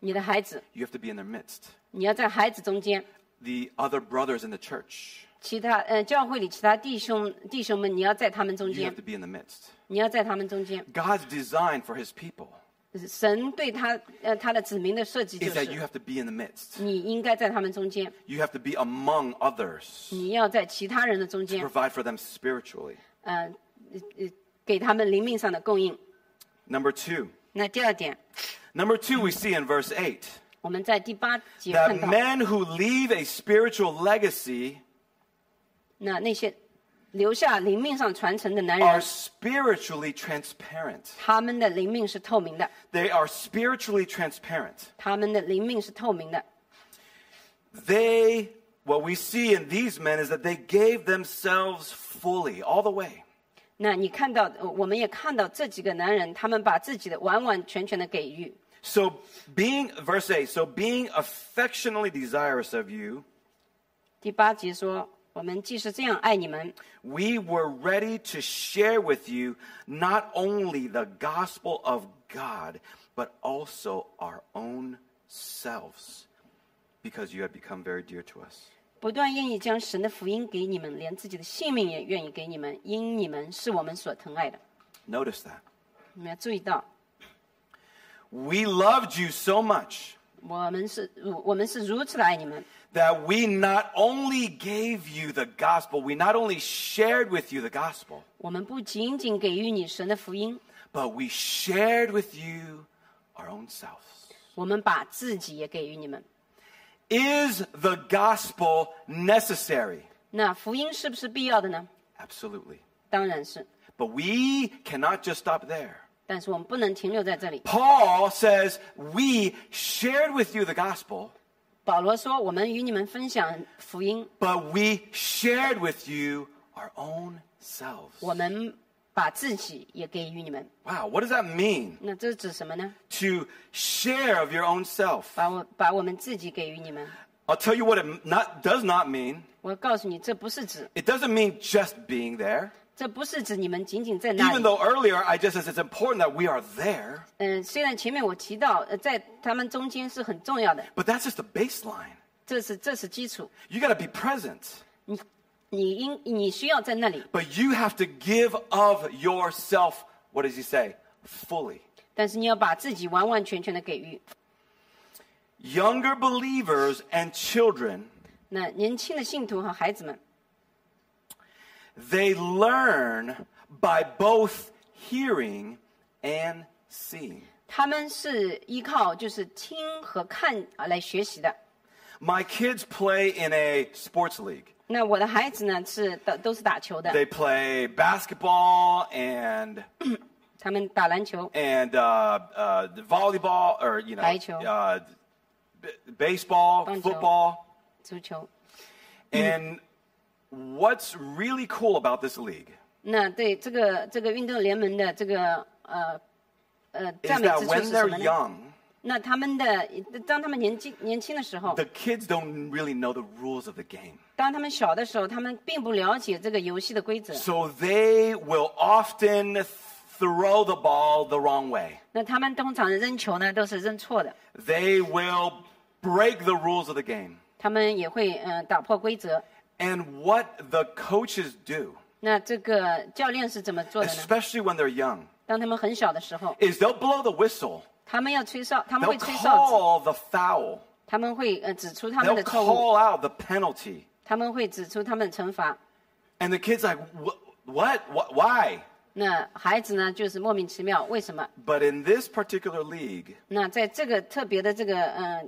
B: 你的孩子，
A: you have to be in their midst.
B: 你要在孩子中间，
A: The other brothers in the church,
B: 其他呃教会里其他弟兄弟兄们，你要在他们中
A: you
B: 间
A: have to，be in the midst.
B: 你要在他们中间。
A: God's design for his people
B: 神对他呃他的子民的设计就
A: is that you
B: 是，
A: have to be in the midst.
B: 你应该在他们中间，
A: You have to be among others.
B: 你要在其他人的中间，
A: Provide for them spiritually.
B: 呃呃呃给他们灵命上的供应。
A: Number two.
B: 那第二点，
A: Number two, we see in verse 8
B: 我们在第八节看
A: that
B: 到，
A: men who leave a spiritual legacy
B: 那那些留下灵命上传承的男
A: are
B: 人，
A: spiritually transparent.
B: 他们的灵命是透明的，
A: They are spiritually transparent.
B: 他们的灵命是透明的。
A: They, what we see in these men is that they gave themselves fully, all the way.
B: 那你看到，呃我们也看到这几个男人，他们把自己的完完全全的给予。
A: So being, verse 8, so being affectionately desirous of you,
B: 第八节说：“我们既是这样爱你们，
A: we were ready to share with you not only the gospel of God, but also our own selves, because you have become very dear to us.
B: 不断愿意将神的福音给你们，连自己的性命也愿意给你们，因你们是我们所疼爱的。
A: Notice that. ”
B: 你们要注意到，
A: We loved you so much
B: 我们是如我们是如此的爱你们，
A: that we not only gave you the gospel, we not only shared with you the gospel,
B: 我们不仅仅给予你神的福音，
A: but we shared with you our own selves.
B: 我们把自己也给予你们。
A: Is the gospel necessary?
B: 那福音是不是必要的呢？
A: Absolutely.
B: 当然是，
A: But we cannot just stop there.
B: 但是我们不能停留在这里。
A: Paul says, We shared with you the gospel,
B: 保罗说：“我们与你们分享福音，
A: but we shared with you our own selves.
B: 我们把自己也给予你们。
A: Wow, what does that mean?
B: 那这指什么呢？
A: To share of your own self.
B: 把我把我们自己给予你们。
A: I'll tell you what it not, does not mean.
B: 我告诉你，这不是指，
A: It doesn't mean just being there.
B: 这不是指你们仅仅在那
A: Even
B: 里。
A: though earlier I just said it's important that we are there,
B: 嗯，虽然前面我提到，呃，在他们中间是很重要的，
A: but that's just the baseline.
B: 这是这是基础。
A: You got to be present,
B: 你你应你需要在那里，
A: but you have to give of yourself. What does he say? Fully.
B: 但是你要把自己完完全全的给予。
A: Younger believers and children,
B: 那年轻的信徒和孩子们，
A: they learn by both hearing and seeing.
B: 他们是依靠就是听和看啊来学习的。
A: My kids play in a sports league.
B: 那我的孩子呢是都都是打球的，
A: They play basketball and
B: 他们打篮球、
A: and uh, uh, the volleyball or you know
B: 排球。
A: uh, b- baseball,
B: 棒球。
A: football,
B: 足球。
A: and what's really cool about this league
B: 那对这个这个运动联盟的这个呃呃
A: is
B: 赞美
A: that
B: 之处
A: when
B: 是什
A: they're
B: 么呢？
A: young,
B: 那他们的当他们年纪年轻的时候
A: the，kids don't really know the rules of the game,
B: 当他们小的时候，他们并不了解这个游戏的规则，
A: so they will often throw the ball the wrong way.
B: 那他们通常扔球呢都是扔错的，
A: They will break the rules of the game,
B: 他们也会呃打破规则。
A: and what the coaches do,
B: 那这个教练是怎么
A: uh,
B: 做的呢？
A: especially when they're young,
B: 当他们很小的时候，
A: is they'll blow the whistle.
B: 他们要吹哨，他们
A: They'll
B: 会吹哨子，
A: call the foul.
B: 他们会呃指出他们
A: They'll
B: 的错误，
A: call out the penalty.
B: 他们会指出他们的惩罚。
A: And the kid's like, "Wh- what? Wh- Why?
B: 那孩子呢，就是莫名其妙，为什么？
A: But in this particular league,
B: 那在这个特别的这个呃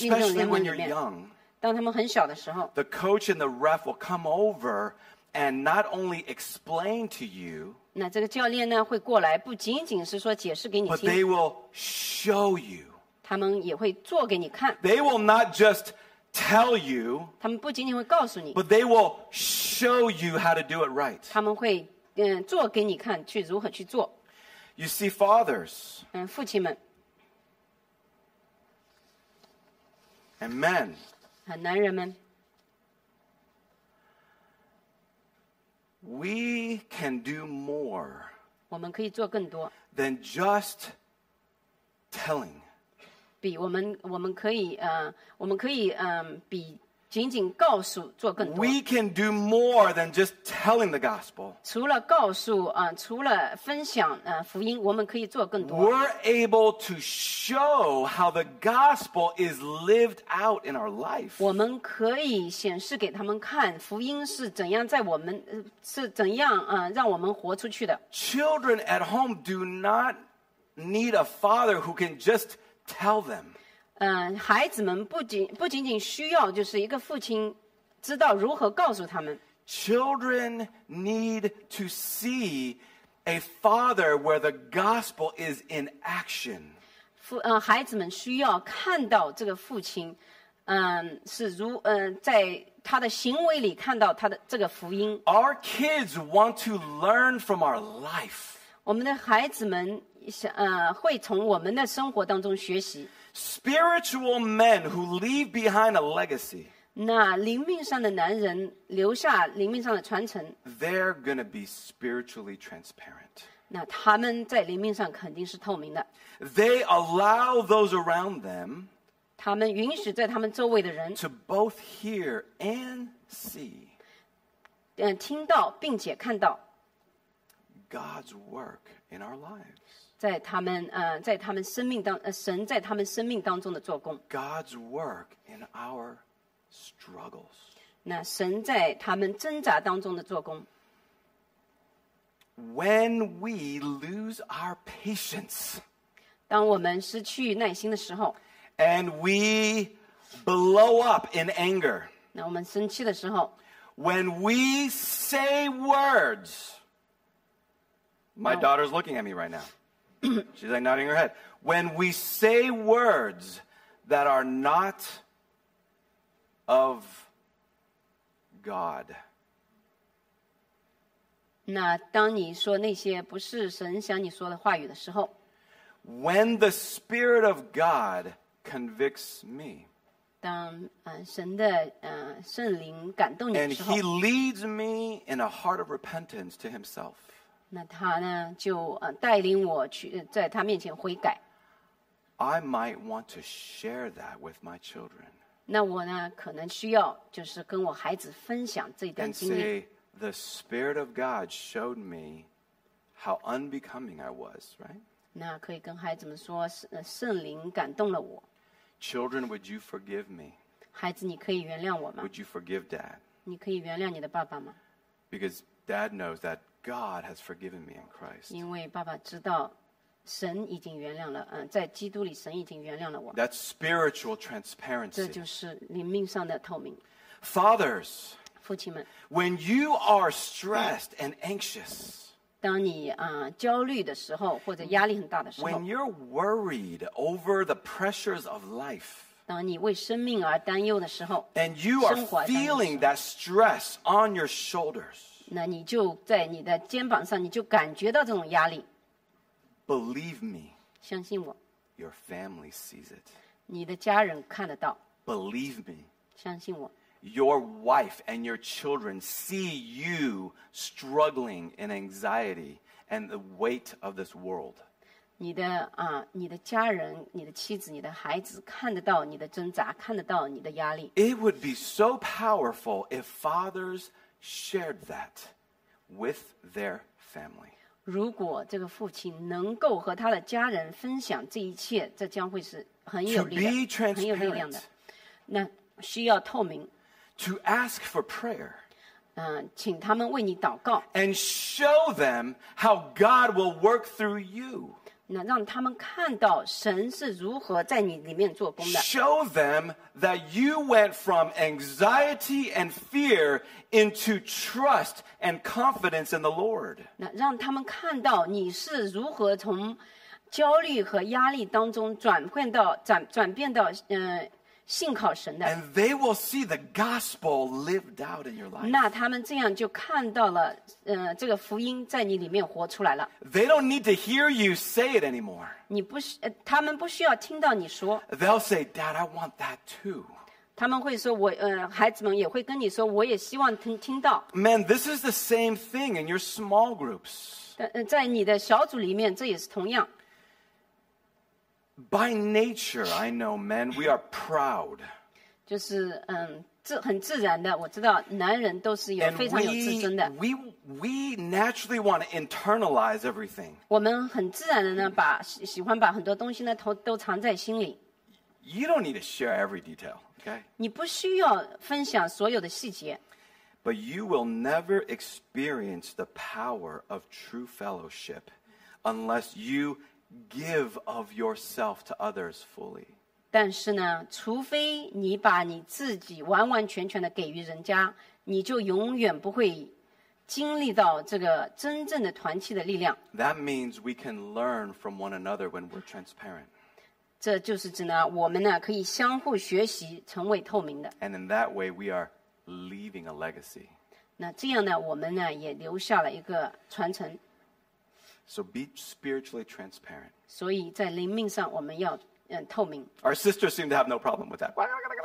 B: 运动
A: especially
B: 联盟
A: when
B: 里
A: you're
B: 面，
A: young,
B: 当他们很小的时候，
A: the coach and the ref will come over and not only explain to you,
B: 那这个教练呢会过来，不仅仅是说解释给你
A: but
B: 听，
A: they will show you.
B: 他们也会做给你看，
A: They will not just tell you,
B: 他们不仅仅会告诉你，
A: but they will show you how to do it right.
B: 他们会嗯、呃做给你看去如何去做。
A: You see, fathers
B: 嗯、父亲们，
A: and men,
B: 啊、男人们，
A: we can do more
B: 我们可以做更多，
A: than just telling.
B: 比我们我们可以呃，我们可以嗯、比仅仅告诉做更多。
A: We can do more than just telling the gospel.
B: 除了告诉啊、呃除了分享呃福音，我们可以做更多。
A: We're able to show how the gospel is lived out in our life.
B: 我们可以显示给他们看福音是怎样在我们呃是怎样啊、呃让我们活出去的。
A: Children at home do not need a father who can just tell them.
B: 嗯、孩子们不仅不仅仅需要就是一个父亲知道如何告诉他们，
A: Children need to see a father where the gospel is in action.
B: 父呃孩子们需要看到这个父亲，嗯、是如嗯、在他的行为里看到他的这个福音。
A: Our kids want to learn from our life.
B: 我们的孩子们想呃会从我们的生活当中学习。
A: Spiritual men who leave behind a legacy,
B: 那灵命上的男人留下灵命上的传承，
A: they're going to be spiritually transparent.
B: 那他们在灵命上肯定是透明的。
A: They allow those around them
B: 他们允许在他们周围的人，
A: to both hear and see
B: 嗯、听到并且看到
A: God's work in our lives.
B: 在他们呃，在他们生命当呃，神在他们生命当中的做工。
A: God's work in our struggles.
B: 那神在他们挣扎当中的做工。
A: When we lose our patience
B: 当我们失去耐心的时候，
A: and we blow up in anger,
B: 那我们生气的时候，
A: when we say words, my
B: No.
A: daughter's looking at me right now. She's like nodding her head. When we say words that are not of God,
B: 那当你说那些不是神想你说的话语的时候，
A: when the Spirit of God convicts me
B: 当呃、神的呃圣灵感动你
A: and
B: 的时候
A: He，leads me in a heart of repentance to Himself,
B: 那他呢就呃带领我去呃在他面前悔改。
A: I might want to share that with my children
B: 那我呢可能需要就是跟我孩子分享这段
A: and
B: 经历。
A: say, The Spirit of God showed me how unbecoming I was, right?
B: 那可以跟孩子们说，呃圣灵感动了我，
A: Children, would you forgive me?
B: 孩子，你可以原谅我吗？
A: Would you forgive dad?
B: 你可以原谅你的爸爸吗？
A: Because dad knows that God has forgiven me in Christ.
B: 因为爸爸知道，神已经原谅了，嗯、在基督里，神已经原谅了我。
A: That's spiritual
B: 这
A: transparency.
B: 就是灵命上的透明。
A: Fathers,
B: 父亲们，
A: when you are stressed and anxious,
B: 当你啊、呃焦虑的时候，或者压力很大的时候
A: when，you're worried over the pressures of life,
B: 当你为生命而担忧的时候，
A: and you are
B: 生活当中。
A: feeling that stress on your shoulders,
B: 那你就在你的肩膀上，你就感觉到这种压力。
A: believe me,
B: 相信我，
A: your family sees it.
B: 你的家人看得到，
A: Believe me,
B: 相信我，
A: your wife and your children see you struggling in anxiety and the weight of this world.
B: 你的啊、你的家人、你的妻子、你的孩子看得到你的挣扎，看得到你的压力。
A: It would be so powerful if fathers shared that with their family.
B: 如果这个父亲能够和他的家人分享这一切，这将会是很有
A: To
B: 力量
A: be
B: 的、很有力量的
A: transparent,。
B: 那需要透明，
A: to ask for prayer,
B: 嗯、请他们为你祷告，
A: and show them how God will work through you.
B: 那让他们看到神是如何在你里面做工的，
A: Show them that you went from anxiety and fear into trust and confidence in the Lord.
B: 那让他们看到你是如何从焦虑和压力当中转换到转转变到嗯、呃、信靠神的。
A: And they will see the gospel lived out in your life.
B: 那他们这样就看到了，呃，这个福音在你里面活出来了。
A: They don't need to hear you say it anymore.
B: 你不需，呃他们不需要听到你说，
A: They'll say, Dad, I want that too.
B: 他们会说我，呃，孩子们也会跟你说，我也希望听听到。
A: Man, this is the same thing in your small groups.
B: 但、呃、在你的小组里面，这也是同样。
A: By nature, I know, men, we are proud.
B: 就是嗯，自很自然的，我知道男人都是有
A: And
B: 非常有自尊的，
A: we, we, we naturally want to internalize everything.
B: 我们很自然的呢，把喜喜欢把很多东西呢都都藏在心里。
A: You don't need to share every detail, okay?
B: 你不需要分享所有的细节，
A: But you will never experience the power of true fellowship unless you give of yourself to others fully.
B: 但是呢，除非你把你自己完完全全的给予人家，你就永远不会经历到这个真正的团契的力量。
A: That means we can learn from one another when we're transparent.
B: 这就是指呢，我们呢可以相互学习，成为透明的。
A: And in that way, we are leaving a legacy.
B: 那这样呢，我们呢也留下了一个传承。
A: So be spiritually transparent.
B: 所以在灵命上，我们要嗯透明。
A: Our sisters seem to have no problem with that.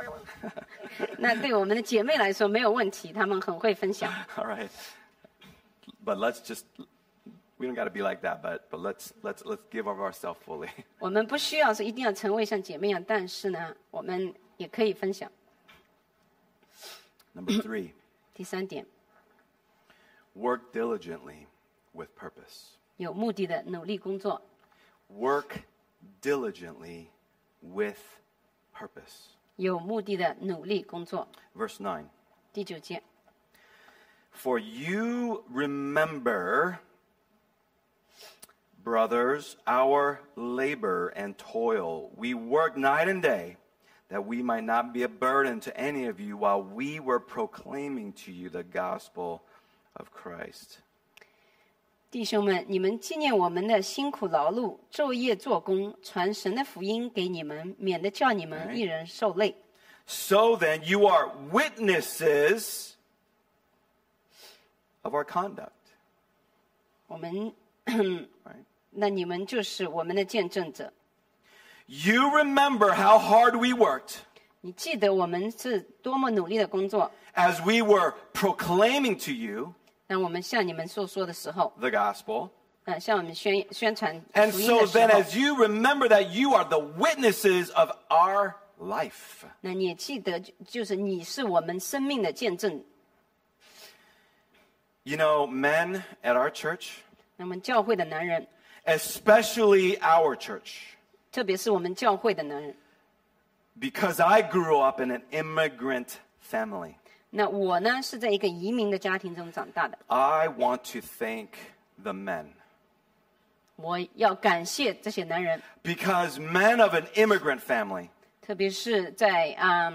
B: 那对我们的姐妹来说没有问题，她们很会分享。
A: All right. But let's just we don't got to be like that, but but let's let's let's give of ourselves fully.
B: 我们不需要说一定要成为像姐妹一样，但是呢，我们也可以分享。
A: Number 3,
B: 第三点，
A: work diligently with purpose.
B: 有目的的努力工作。
A: work diligently with purpose.
B: 有目的的努力工作。
A: Verse 9.
B: 第九节，
A: For you remember, brothers, our labor and toil. We work night and day that we might not be a burden to any of you while we were proclaiming to you the gospel of Christ.
B: 弟兄们，你们纪念我们的辛苦劳碌，昼夜做工，传神的福音给你们，免得叫你们一人受累。
A: So then, you are witnesses of our conduct,
B: 我们，
A: right?
B: 那你们就是我们的见证者。
A: You remember how hard we worked
B: 你记得我们是多么努力的工作。
A: as we were proclaiming to you
B: 当我们向你们诉说的时候，
A: the gospel.
B: 呃，向我们宣宣传
A: And
B: 福音
A: so
B: 的时
A: then,
B: 候，
A: as you remember that you are the witnesses of our life.
B: 那你也记得，就就是你是我们生命的见证。
A: You know, men at our church,
B: 那么教会的男人，
A: especially our church,
B: 特别是我们教会的男人，
A: because I grew up in an immigrant family,
B: 那我呢是在一个移民的家庭中长大的，
A: I want to thank the men.
B: 我要感谢这些男人，
A: Because men of an immigrant family,
B: 特别是在啊，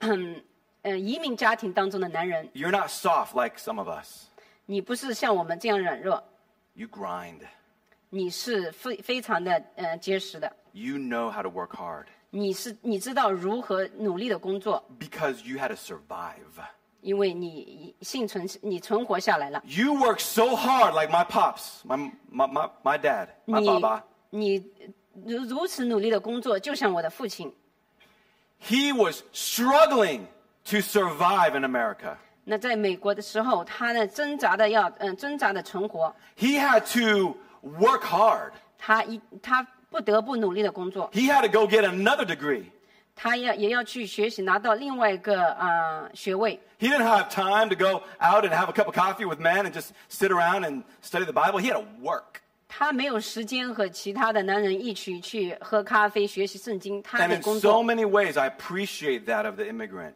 B: 嗯， 呃，移民家庭当中的男人，
A: you're not soft like some of us.
B: 你不是像我们这样软弱，
A: You grind.
B: 你是非非常的呃结实的，
A: You know how to work hard
B: 你是你知道如何努力的工作，
A: because you had to survive.
B: 因为你幸存，你存活下来了。
A: You work so hard like my pops, my, my, my, my dad, my
B: 你
A: baba.
B: 你如如此努力的工作，就像我的父亲，
A: He was struggling to survive in America.
B: 那在美国的时候，他呢挣扎的要嗯、挣扎的存活，
A: He had to work hard.
B: 他一他不得不努力的工作，
A: He had to go get another degree.
B: 他要也要去学习拿到另外一个啊、学位，
A: He didn't have time to go out and have a cup of coffee with men and just sit around and study the Bible. He had to work.
B: 他没有时间和其他的男人一起去喝咖啡学习圣经，他
A: And
B: 得
A: in
B: 工
A: so
B: 作。
A: many ways, I appreciate that of the immigrant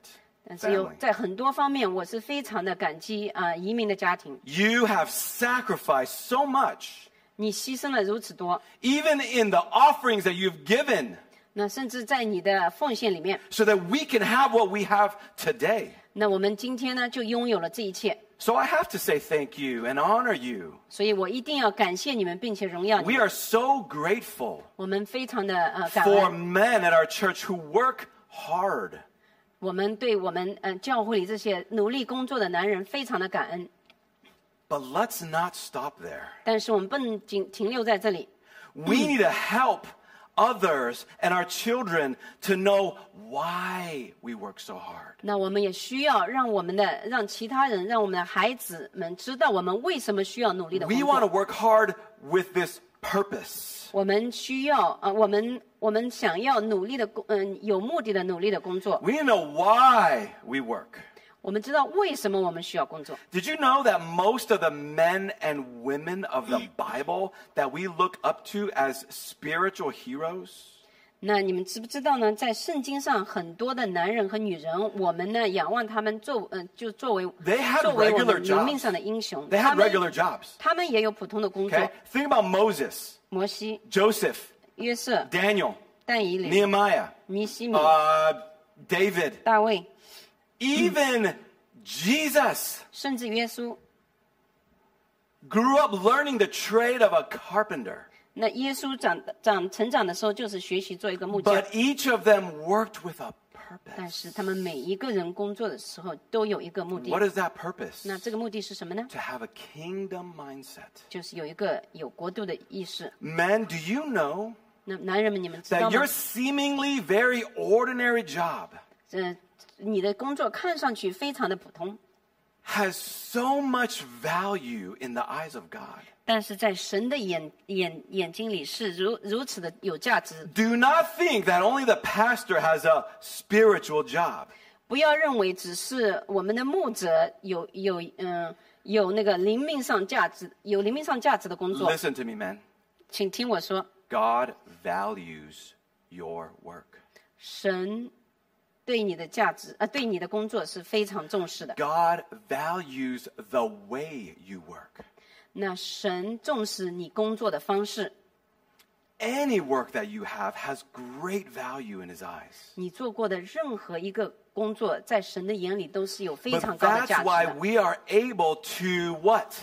B: 但是有
A: family.
B: 在很多方面，我是非常的感激啊、移民的家庭，
A: You have sacrificed so much,
B: 你牺牲了如此多，
A: even in the offerings that you've given,
B: 那甚至在你的奉献里面，
A: so that we can have what we have today.
B: 那我们今天呢就拥有了这一切，
A: So I have to say thank you and honor you.
B: 所以我一定要感谢你们，并且荣耀你
A: We
B: 们。
A: are so grateful
B: 我们非常的呃感
A: for
B: 恩，
A: men at our church who work hard.
B: 我们对我们呃教会里这些努力工作的男人非常的感恩。
A: But let's not stop there.
B: 但是我们不能仅停留在这里，
A: We need to help others and our children to know why we work so hard.
B: 那我们也需要让我们的让其他人，让我们的孩子们知道我们为什么需要努力的工
A: We want to
B: 作。
A: work hard with this purpose.
B: 我们需要啊、呃我们我们想要努力的工，嗯、有目的的努力的工作。
A: We need to know why we work.
B: 我们知道为什么我们需要工作。
A: Did you know that most of the men and women of the Bible that we look up to as spiritual heroes?
B: 那你们知不知道呢？在圣经上，很多的男人和女人，我们呢仰望他们作，嗯、就作为
A: They had
B: 作为我
A: regular
B: 们
A: jobs.
B: 革命上的英雄。
A: They
B: 他
A: had
B: 们
A: regular jobs.
B: 他们也有普通的工作。
A: Okay? Think about Moses,
B: 摩西、
A: Joseph,
B: 约瑟、
A: Daniel,
B: 但以理、
A: Nehemiah,
B: 尼西米、
A: uh, David,
B: 大卫，
A: even Jesus.
B: 甚至耶稣。
A: grew up learning the trade of a carpenter.
B: 那耶稣长长成长的时候，就是学习做一个木匠。
A: But each of them worked with a
B: 但
A: purpose.
B: 是他们每一个人工作的时候都有一个目的
A: What。is that purpose?
B: 那这个目的是什么呢？
A: To have a kingdom mindset.
B: 就是有一个有国度的意识。
A: Men, do you know
B: 那男人们，你们知道
A: that
B: 吗
A: your？seemingly very ordinary job
B: 呃，你的工作看上去非常的普通，
A: has so much value in the eyes of God?
B: 但是在神的眼眼眼睛里是如如此的有价值。
A: Do not think that only the pastor has a spiritual job.
B: 不要认为只是我们的牧者有有嗯、有那个灵命上价值有灵命上价值的工作，
A: Listen to me, men.
B: 请听我说，
A: God values your work.
B: 神对你的价值，呃，对你的工作是非常重视的。
A: God values the way you work.
B: 那神重视你工作的方式，
A: Any work that you have has great value in His eyes.
B: 你做过的任何一个工作，在神的眼里都是有非常
A: But
B: 高的
A: that's
B: 价值
A: why
B: 的。
A: we are able to what?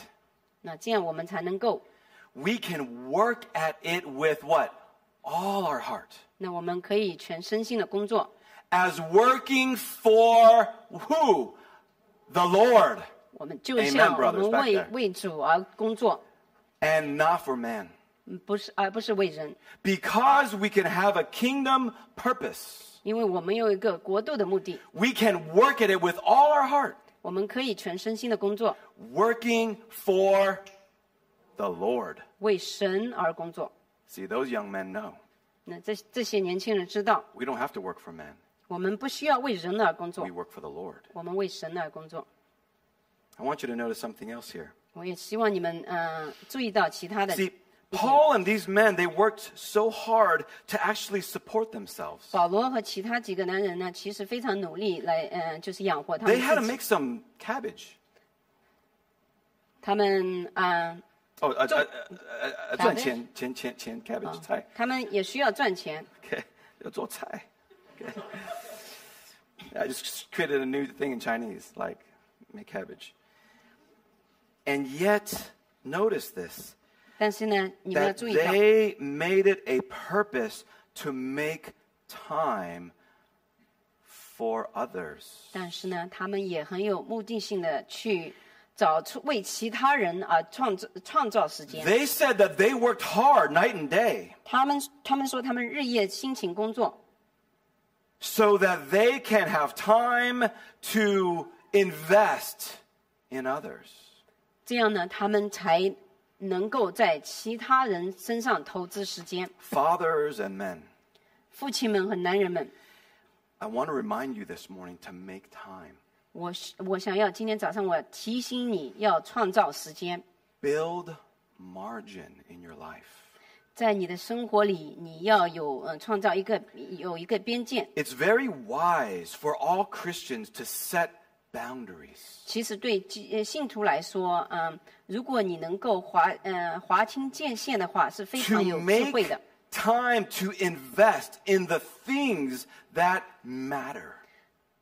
B: 那这样我们才能够，
A: We can work at it with what? All our heart.
B: 那我们可以全身心的工作，
A: As working for who? The Lord
B: 我们就像
A: Amen, brothers,
B: 我们
A: back
B: 为
A: there.
B: 为主而工作，
A: and not for man.
B: 嗯不是而不是为人，
A: Because we can have a kingdom purpose,
B: 因为我们有一个国度的目的，
A: we can work at it with all our heart,
B: 我们可以全身心的工作，
A: working for the Lord.
B: 为神而工作。
A: See, those young men know
B: 那这这些年轻人知道，
A: we don't have to work for man,
B: 我们不需要为人而工作
A: we，work for the Lord.
B: 我们为神而工作。
A: I want you to notice something else here.
B: 我也希望你们嗯、呃注意到其他的。
A: See, Paul and these men, they worked so hard to actually support themselves.
B: 保罗和其他几个男人呢，其实非常努力来，嗯、就是养活他
A: They had to
B: 们自己。
A: make some cabbage.
B: 他们啊、
A: Oh, uh, uh, uh, uh, 赚钱-
B: cabbage? Oh.
A: 钱-钱-钱 cabbage 菜。
B: 他们也需要赚钱。
A: Okay, 要做菜。Okay. I just created a new thing in Chinese, like make cabbage. And yet, notice this
B: 但是呢，你们要
A: that
B: 注意到，
A: they made it a purpose to make time for others.
B: 但是呢，他们也很有目的性的去找出为其他人而创造创造时间。
A: They said that they worked hard night and day
B: 他们他们说他们日夜辛勤工作，
A: so that they can have time to invest in others.
B: 这样呢，他们才能够在其他人身上投资时间。
A: Fathers and men.
B: 父亲们和男人们，
A: I want to remind you this morning to make time.
B: 我是我想要今天早上我提醒你要创造时间，
A: Build margin in your life.
B: 在你的生活里你要有呃创造一个有一个边界。
A: It's very wise for all Christians to set boundaries.
B: 其实对基呃信徒来说，嗯、如果你能够划呃划清界限的话，是非常
A: To
B: 有智慧
A: make
B: 的。
A: time to invest in the things that matter.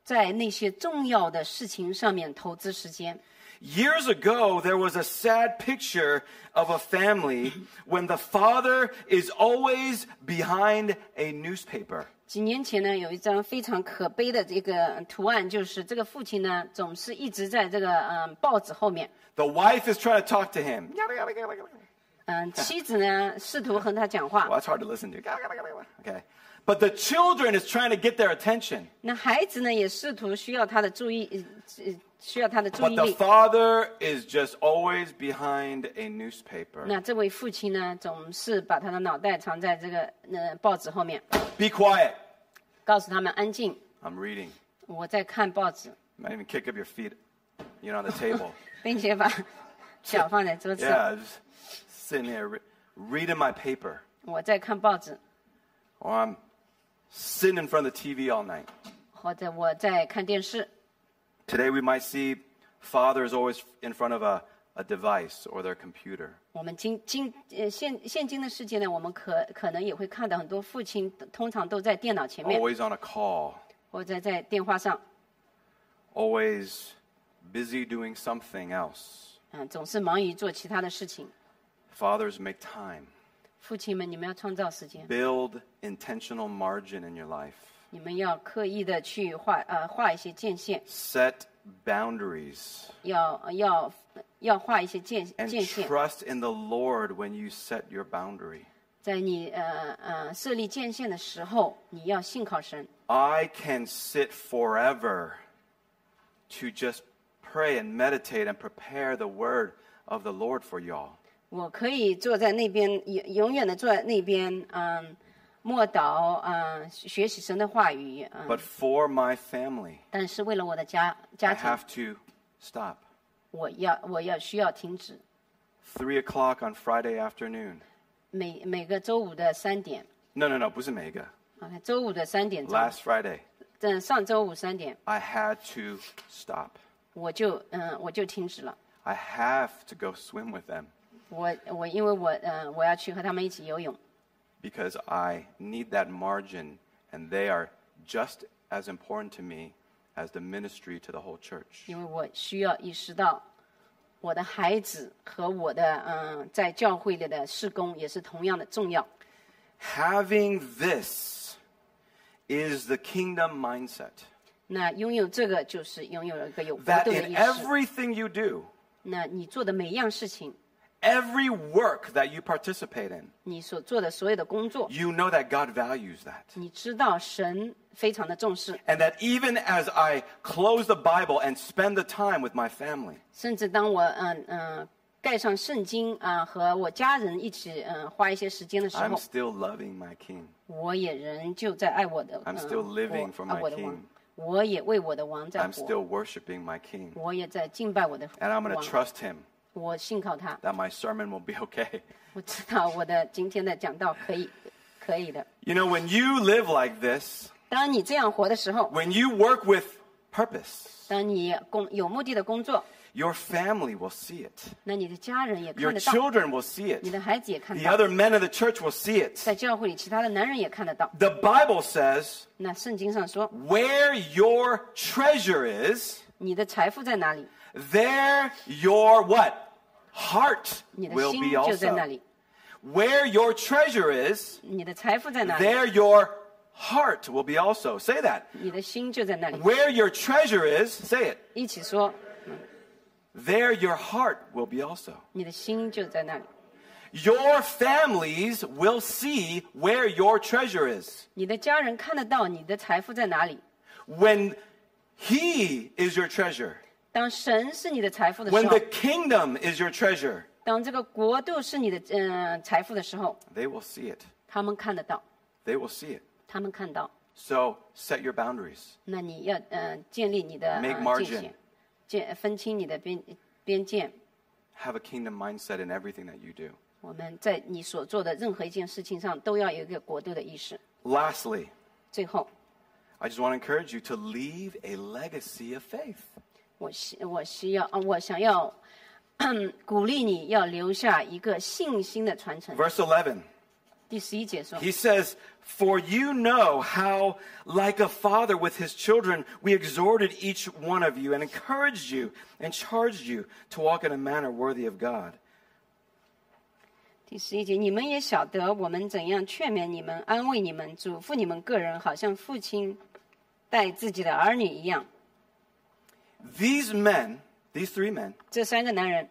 B: 在那些重要的事情上面投资时间。
A: Years ago, there was a sad picture of a family when the father is always behind a newspaper.
B: 几年前呢，有一张非常可悲的这个图案，就是这个父亲呢，总是一直在这个嗯、报纸后面，
A: The wife is trying to talk to him.
B: 嗯、妻子呢试图和他讲 话
A: Well,，that's hard to listen to. Okay. But the children is trying to get their attention.
B: 那孩子呢也试图需要他的注意，呃呃需要他的注
A: But
B: 意
A: the
B: 力。
A: father is just always behind a newspaper.
B: 那这位父亲呢，总是把他的脑袋藏在这个呃报纸后面，
A: Be quiet.
B: 告诉他们安静，
A: I'm reading.
B: 我在看报纸，
A: You might even kick up your feet, you know, on the table.
B: 并且 把脚放在桌子上，
A: yeah, just sitting there re- reading my paper.
B: 我在看报纸，
A: Or Oh, I'm sitting in front of the TV all night.
B: 或者我在看电视。
A: Today we might see fathers always in front of a, a device or their computer.
B: 我们今今呃现现今的世界呢，我们可可能也会看到很多父亲通常都在电脑前面，
A: Always on a call.
B: 或者在电话上，
A: Always busy doing something else.
B: 嗯，总是忙于做其他的事情。
A: Fathers, make time.
B: 父亲们，你们要创造时间，
A: Build intentional margin in your life.
B: 你们要刻意的去画呃画一些界限，
A: Set boundaries
B: 要要要画一些界
A: and
B: 界限，
A: trust in the Lord when you set your boundary.
B: 在你呃呃设立界限的时候，你要信靠神。
A: I can sit forever to just pray and meditate and prepare the word of the Lord for y'all.
B: 我可以坐在那边，永永远的坐在那边，嗯，默祷，嗯，学习神的话语，嗯。
A: But for my family,
B: 但是为了我的家
A: I
B: 家庭，
A: have to stop.
B: 我要我要需要停止。
A: Three o'clock on Friday afternoon.
B: 每每个周五的三点
A: No, no, no, 不是每一个。
B: ，OK，周五的三点钟，
A: Last Friday,
B: 嗯，上周五三点
A: I had to stop.
B: 我就嗯我就停止了。
A: I have to go swim with them
B: 我我因为我嗯、我要去和他们一起游泳，
A: because I need that margin, and they are just as important to me as the ministry to the whole church.
B: 因为我需要意识到我的孩子和我的嗯、在教会里的事工也是同样的重要。
A: Having this is the kingdom mindset
B: 那拥有这个就是拥有了一个有活
A: that
B: 动的意
A: in
B: 识。
A: everything you do,
B: 那你做的每一样事情，
A: every work that you participate in,
B: 你所做的所有的工作，
A: you know that God values that.
B: 你知道神非常的重视，
A: And that even as I close the Bible and spend the time with my family,
B: 甚至当我嗯嗯、盖上圣经啊、和我家人一起嗯、花一些时间的时
A: I'm
B: 候，
A: still loving my king.
B: 我也仍旧在爱我的
A: I'm
B: 嗯、
A: still living
B: 我
A: for
B: 爱
A: my
B: 我的
A: king.
B: 王，我也为我的王在
A: I'm
B: 活，
A: still worshiping my king.
B: 我也在敬拜我的
A: And I'm going to
B: 王，
A: trust him
B: 我信靠他，
A: that my sermon will be okay.
B: 我知道我的今天的讲道可以可以的。
A: You know, when you live like this,
B: 当你这样活的时候，
A: when you work with purpose,
B: 当你工有目的的工作，
A: your family will see it.
B: 那你的家人也看
A: Your
B: 得到，
A: children will see
B: 你
A: it.
B: 的孩子也看
A: The
B: 到，
A: other men of the church will see it.
B: 在教会里其他的男人也看得到。
A: The Bible says,
B: 那圣经上说，
A: where your treasure is,
B: 你的财富在哪里，
A: there your what? Heart
B: 你的
A: will
B: 心
A: be
B: 就在那
A: also.
B: 里。
A: Where your treasure is,
B: 你的财富在哪里，
A: there your heart will be also. Say that.
B: 你的心就在那里。
A: Where your treasure is, say it.
B: 一起说，
A: There your heart will be also.
B: 你的心就在那里，
A: Your families will see where your treasure is.
B: 你的家人看得到你的财富在哪里。
A: When He is your treasure,
B: 当神是你的财富的
A: when
B: 时候
A: the，kingdom is your treasure,
B: 当这个国度是你的嗯、呃财富的时候，
A: they will see it.
B: 他们看得到，
A: They will see it.
B: 他们看到。
A: So set your boundaries.
B: 那你要嗯、呃建立你的、
A: Make
B: 呃、
A: margin
B: 界限，建呃分清你的边边界。
A: Have a kingdom mindset in everything that you do.
B: 我们在你所做的任何一件事情上，都要有一个国度的意识。
A: Lastly,
B: 最后，
A: I just want to encourage you to leave a legacy of faith.
B: 我希我需要，啊我想要 鼓励你要留下一个信心的传承。
A: Verse 11.
B: 第十一节说，
A: He says, For you know how, like a father with his children, we exhorted each one of you and encouraged you and charged you to walk in a manner worthy of God.
B: 第十一节，你们也晓得我们怎样劝勉你们、安慰你们、嘱咐你们个人，好像父亲带自己的儿女一样。
A: These men, these three men,
B: 这三个男人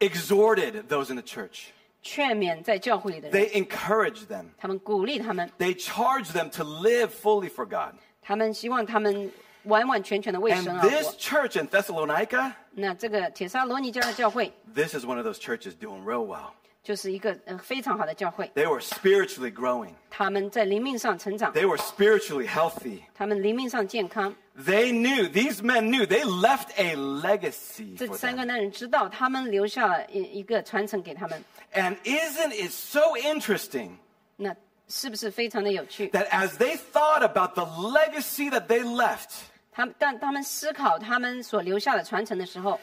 A: exhorted those in the church.
B: 劝勉在教会里的人，
A: They encouraged them.
B: 他们鼓励他们，
A: They charged them to live fully for God.
B: 他们希望他们完完全全的为神
A: And
B: 而
A: this
B: 活。
A: church in Thessalonica,
B: 那这个铁沙罗尼迦的教会
A: this is one of those churches doing real well.
B: 就是一个呃非常好的教会，
A: They were spiritually growing.
B: 他们在灵命上成长，
A: They were spiritually healthy.
B: 他们灵命上健康。
A: They knew, these men knew, they left a legacy
B: 这
A: for
B: 三个
A: them.
B: 男人知道，他们留下了一一个传承给他们。
A: And isn't it so interesting
B: 那是不是非常的有趣？
A: that as they thought about the legacy that they left,
B: 他们当他们思考他们所留下的传承的时候，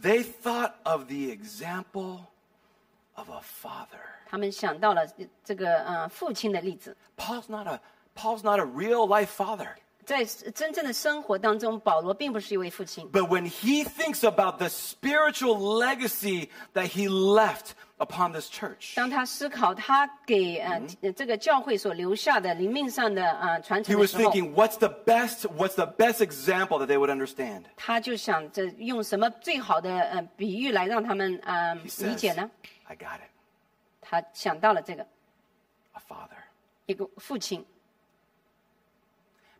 A: they thought of the example of a father.
B: 他们想到了这个呃父亲的例子。
A: Paul's not a Paul's not a real life father.
B: 在真正的生活当中，保罗并不是一位父亲，
A: But when he thinks about the spiritual legacy that he left upon this church,
B: 当他思考他给呃、
A: 嗯
B: 这个教会所留下的灵命上的呃传
A: he
B: 承的
A: was
B: 时候，
A: thinking, what's the best what's the best example that they would understand?
B: 他就想着用什么最好的呃比喻来让他们呃
A: He
B: 理
A: says,
B: 解呢？
A: I got it.
B: 他想到了这个
A: A father.
B: 一个父亲，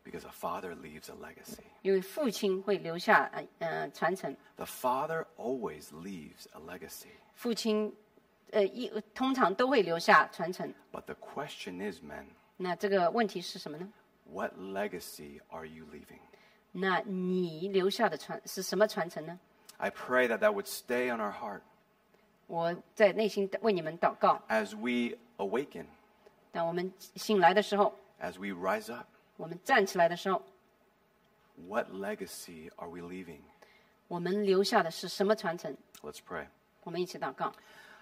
A: Because a father leaves a legacy.
B: 因为父亲会留下呃呃传承，
A: The father always leaves a legacy.
B: 父亲呃一通常都会留下传承。
A: But the question is, men,
B: 那这个问题是什么呢？
A: what legacy are you leaving?
B: 那你留下的传是什么传承呢？
A: I pray that that would stay on our heart.
B: 我在内心为你们祷告。
A: As we awaken,
B: 当我们醒来的时候，
A: as we rise up,
B: 我们站起来的时候，
A: what legacy are we leaving?
B: 我们留下的是什么传承？
A: Let's pray.
B: 我们一起祷告。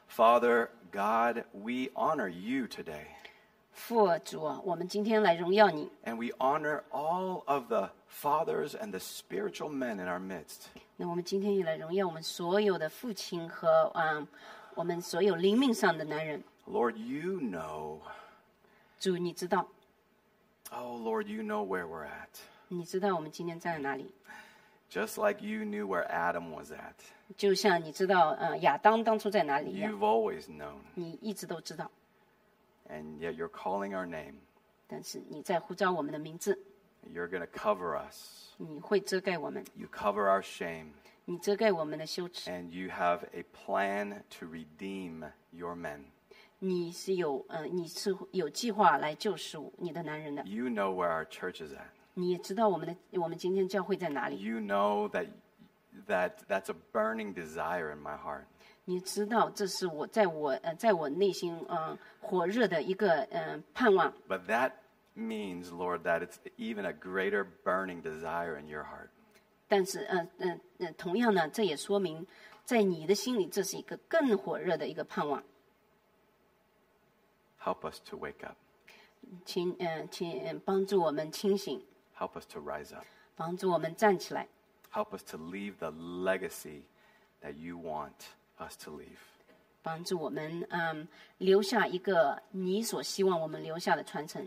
A: Father God, we honor you today,
B: 父主啊，我们今天来荣耀你，
A: and we honor all of the fathers and the spiritual men in our midst.
B: 那我们今天也来荣耀我们所有的父亲和啊、嗯我们所有灵命上的男人。
A: Lord, you know.
B: 主，你知道，
A: Oh, Lord, you know where we're at.
B: 你知道我们今天站在哪里，
A: Just like you knew where Adam was at,
B: 就像你知道呃亚当当初在哪里一样，
A: you've always known,
B: 你一直都知道。
A: and yet you're calling our name.
B: 但是你在呼召我们的名字，
A: You're going to cover us.
B: 你会遮盖我们，
A: You cover our shame,
B: 你遮盖我们的羞耻。
A: and you have a plan to redeem your men.
B: 你是有呃，你是有计划来救赎你的男人的。
A: You know where our church is at.
B: 你也知道我们的我们今天教会在哪里，
A: You know that that that's a burning desire in my heart.
B: 你知道这是我在我呃在我内心呃火热的一个呃盼望。
A: But that means, Lord, that it's even a greater burning desire in your heart.
B: 但是呃呃呃，同样呢，这也说明在你的心里，这是一个更火热的一个盼望。
A: Help us to wake up.
B: 请呃请呃帮助我们清醒，
A: Help us to rise up.
B: 帮助我们站起来，
A: Help us to leave the legacy that you want us to leave.
B: 帮助我们嗯、留下一个你所希望我们留下的传承。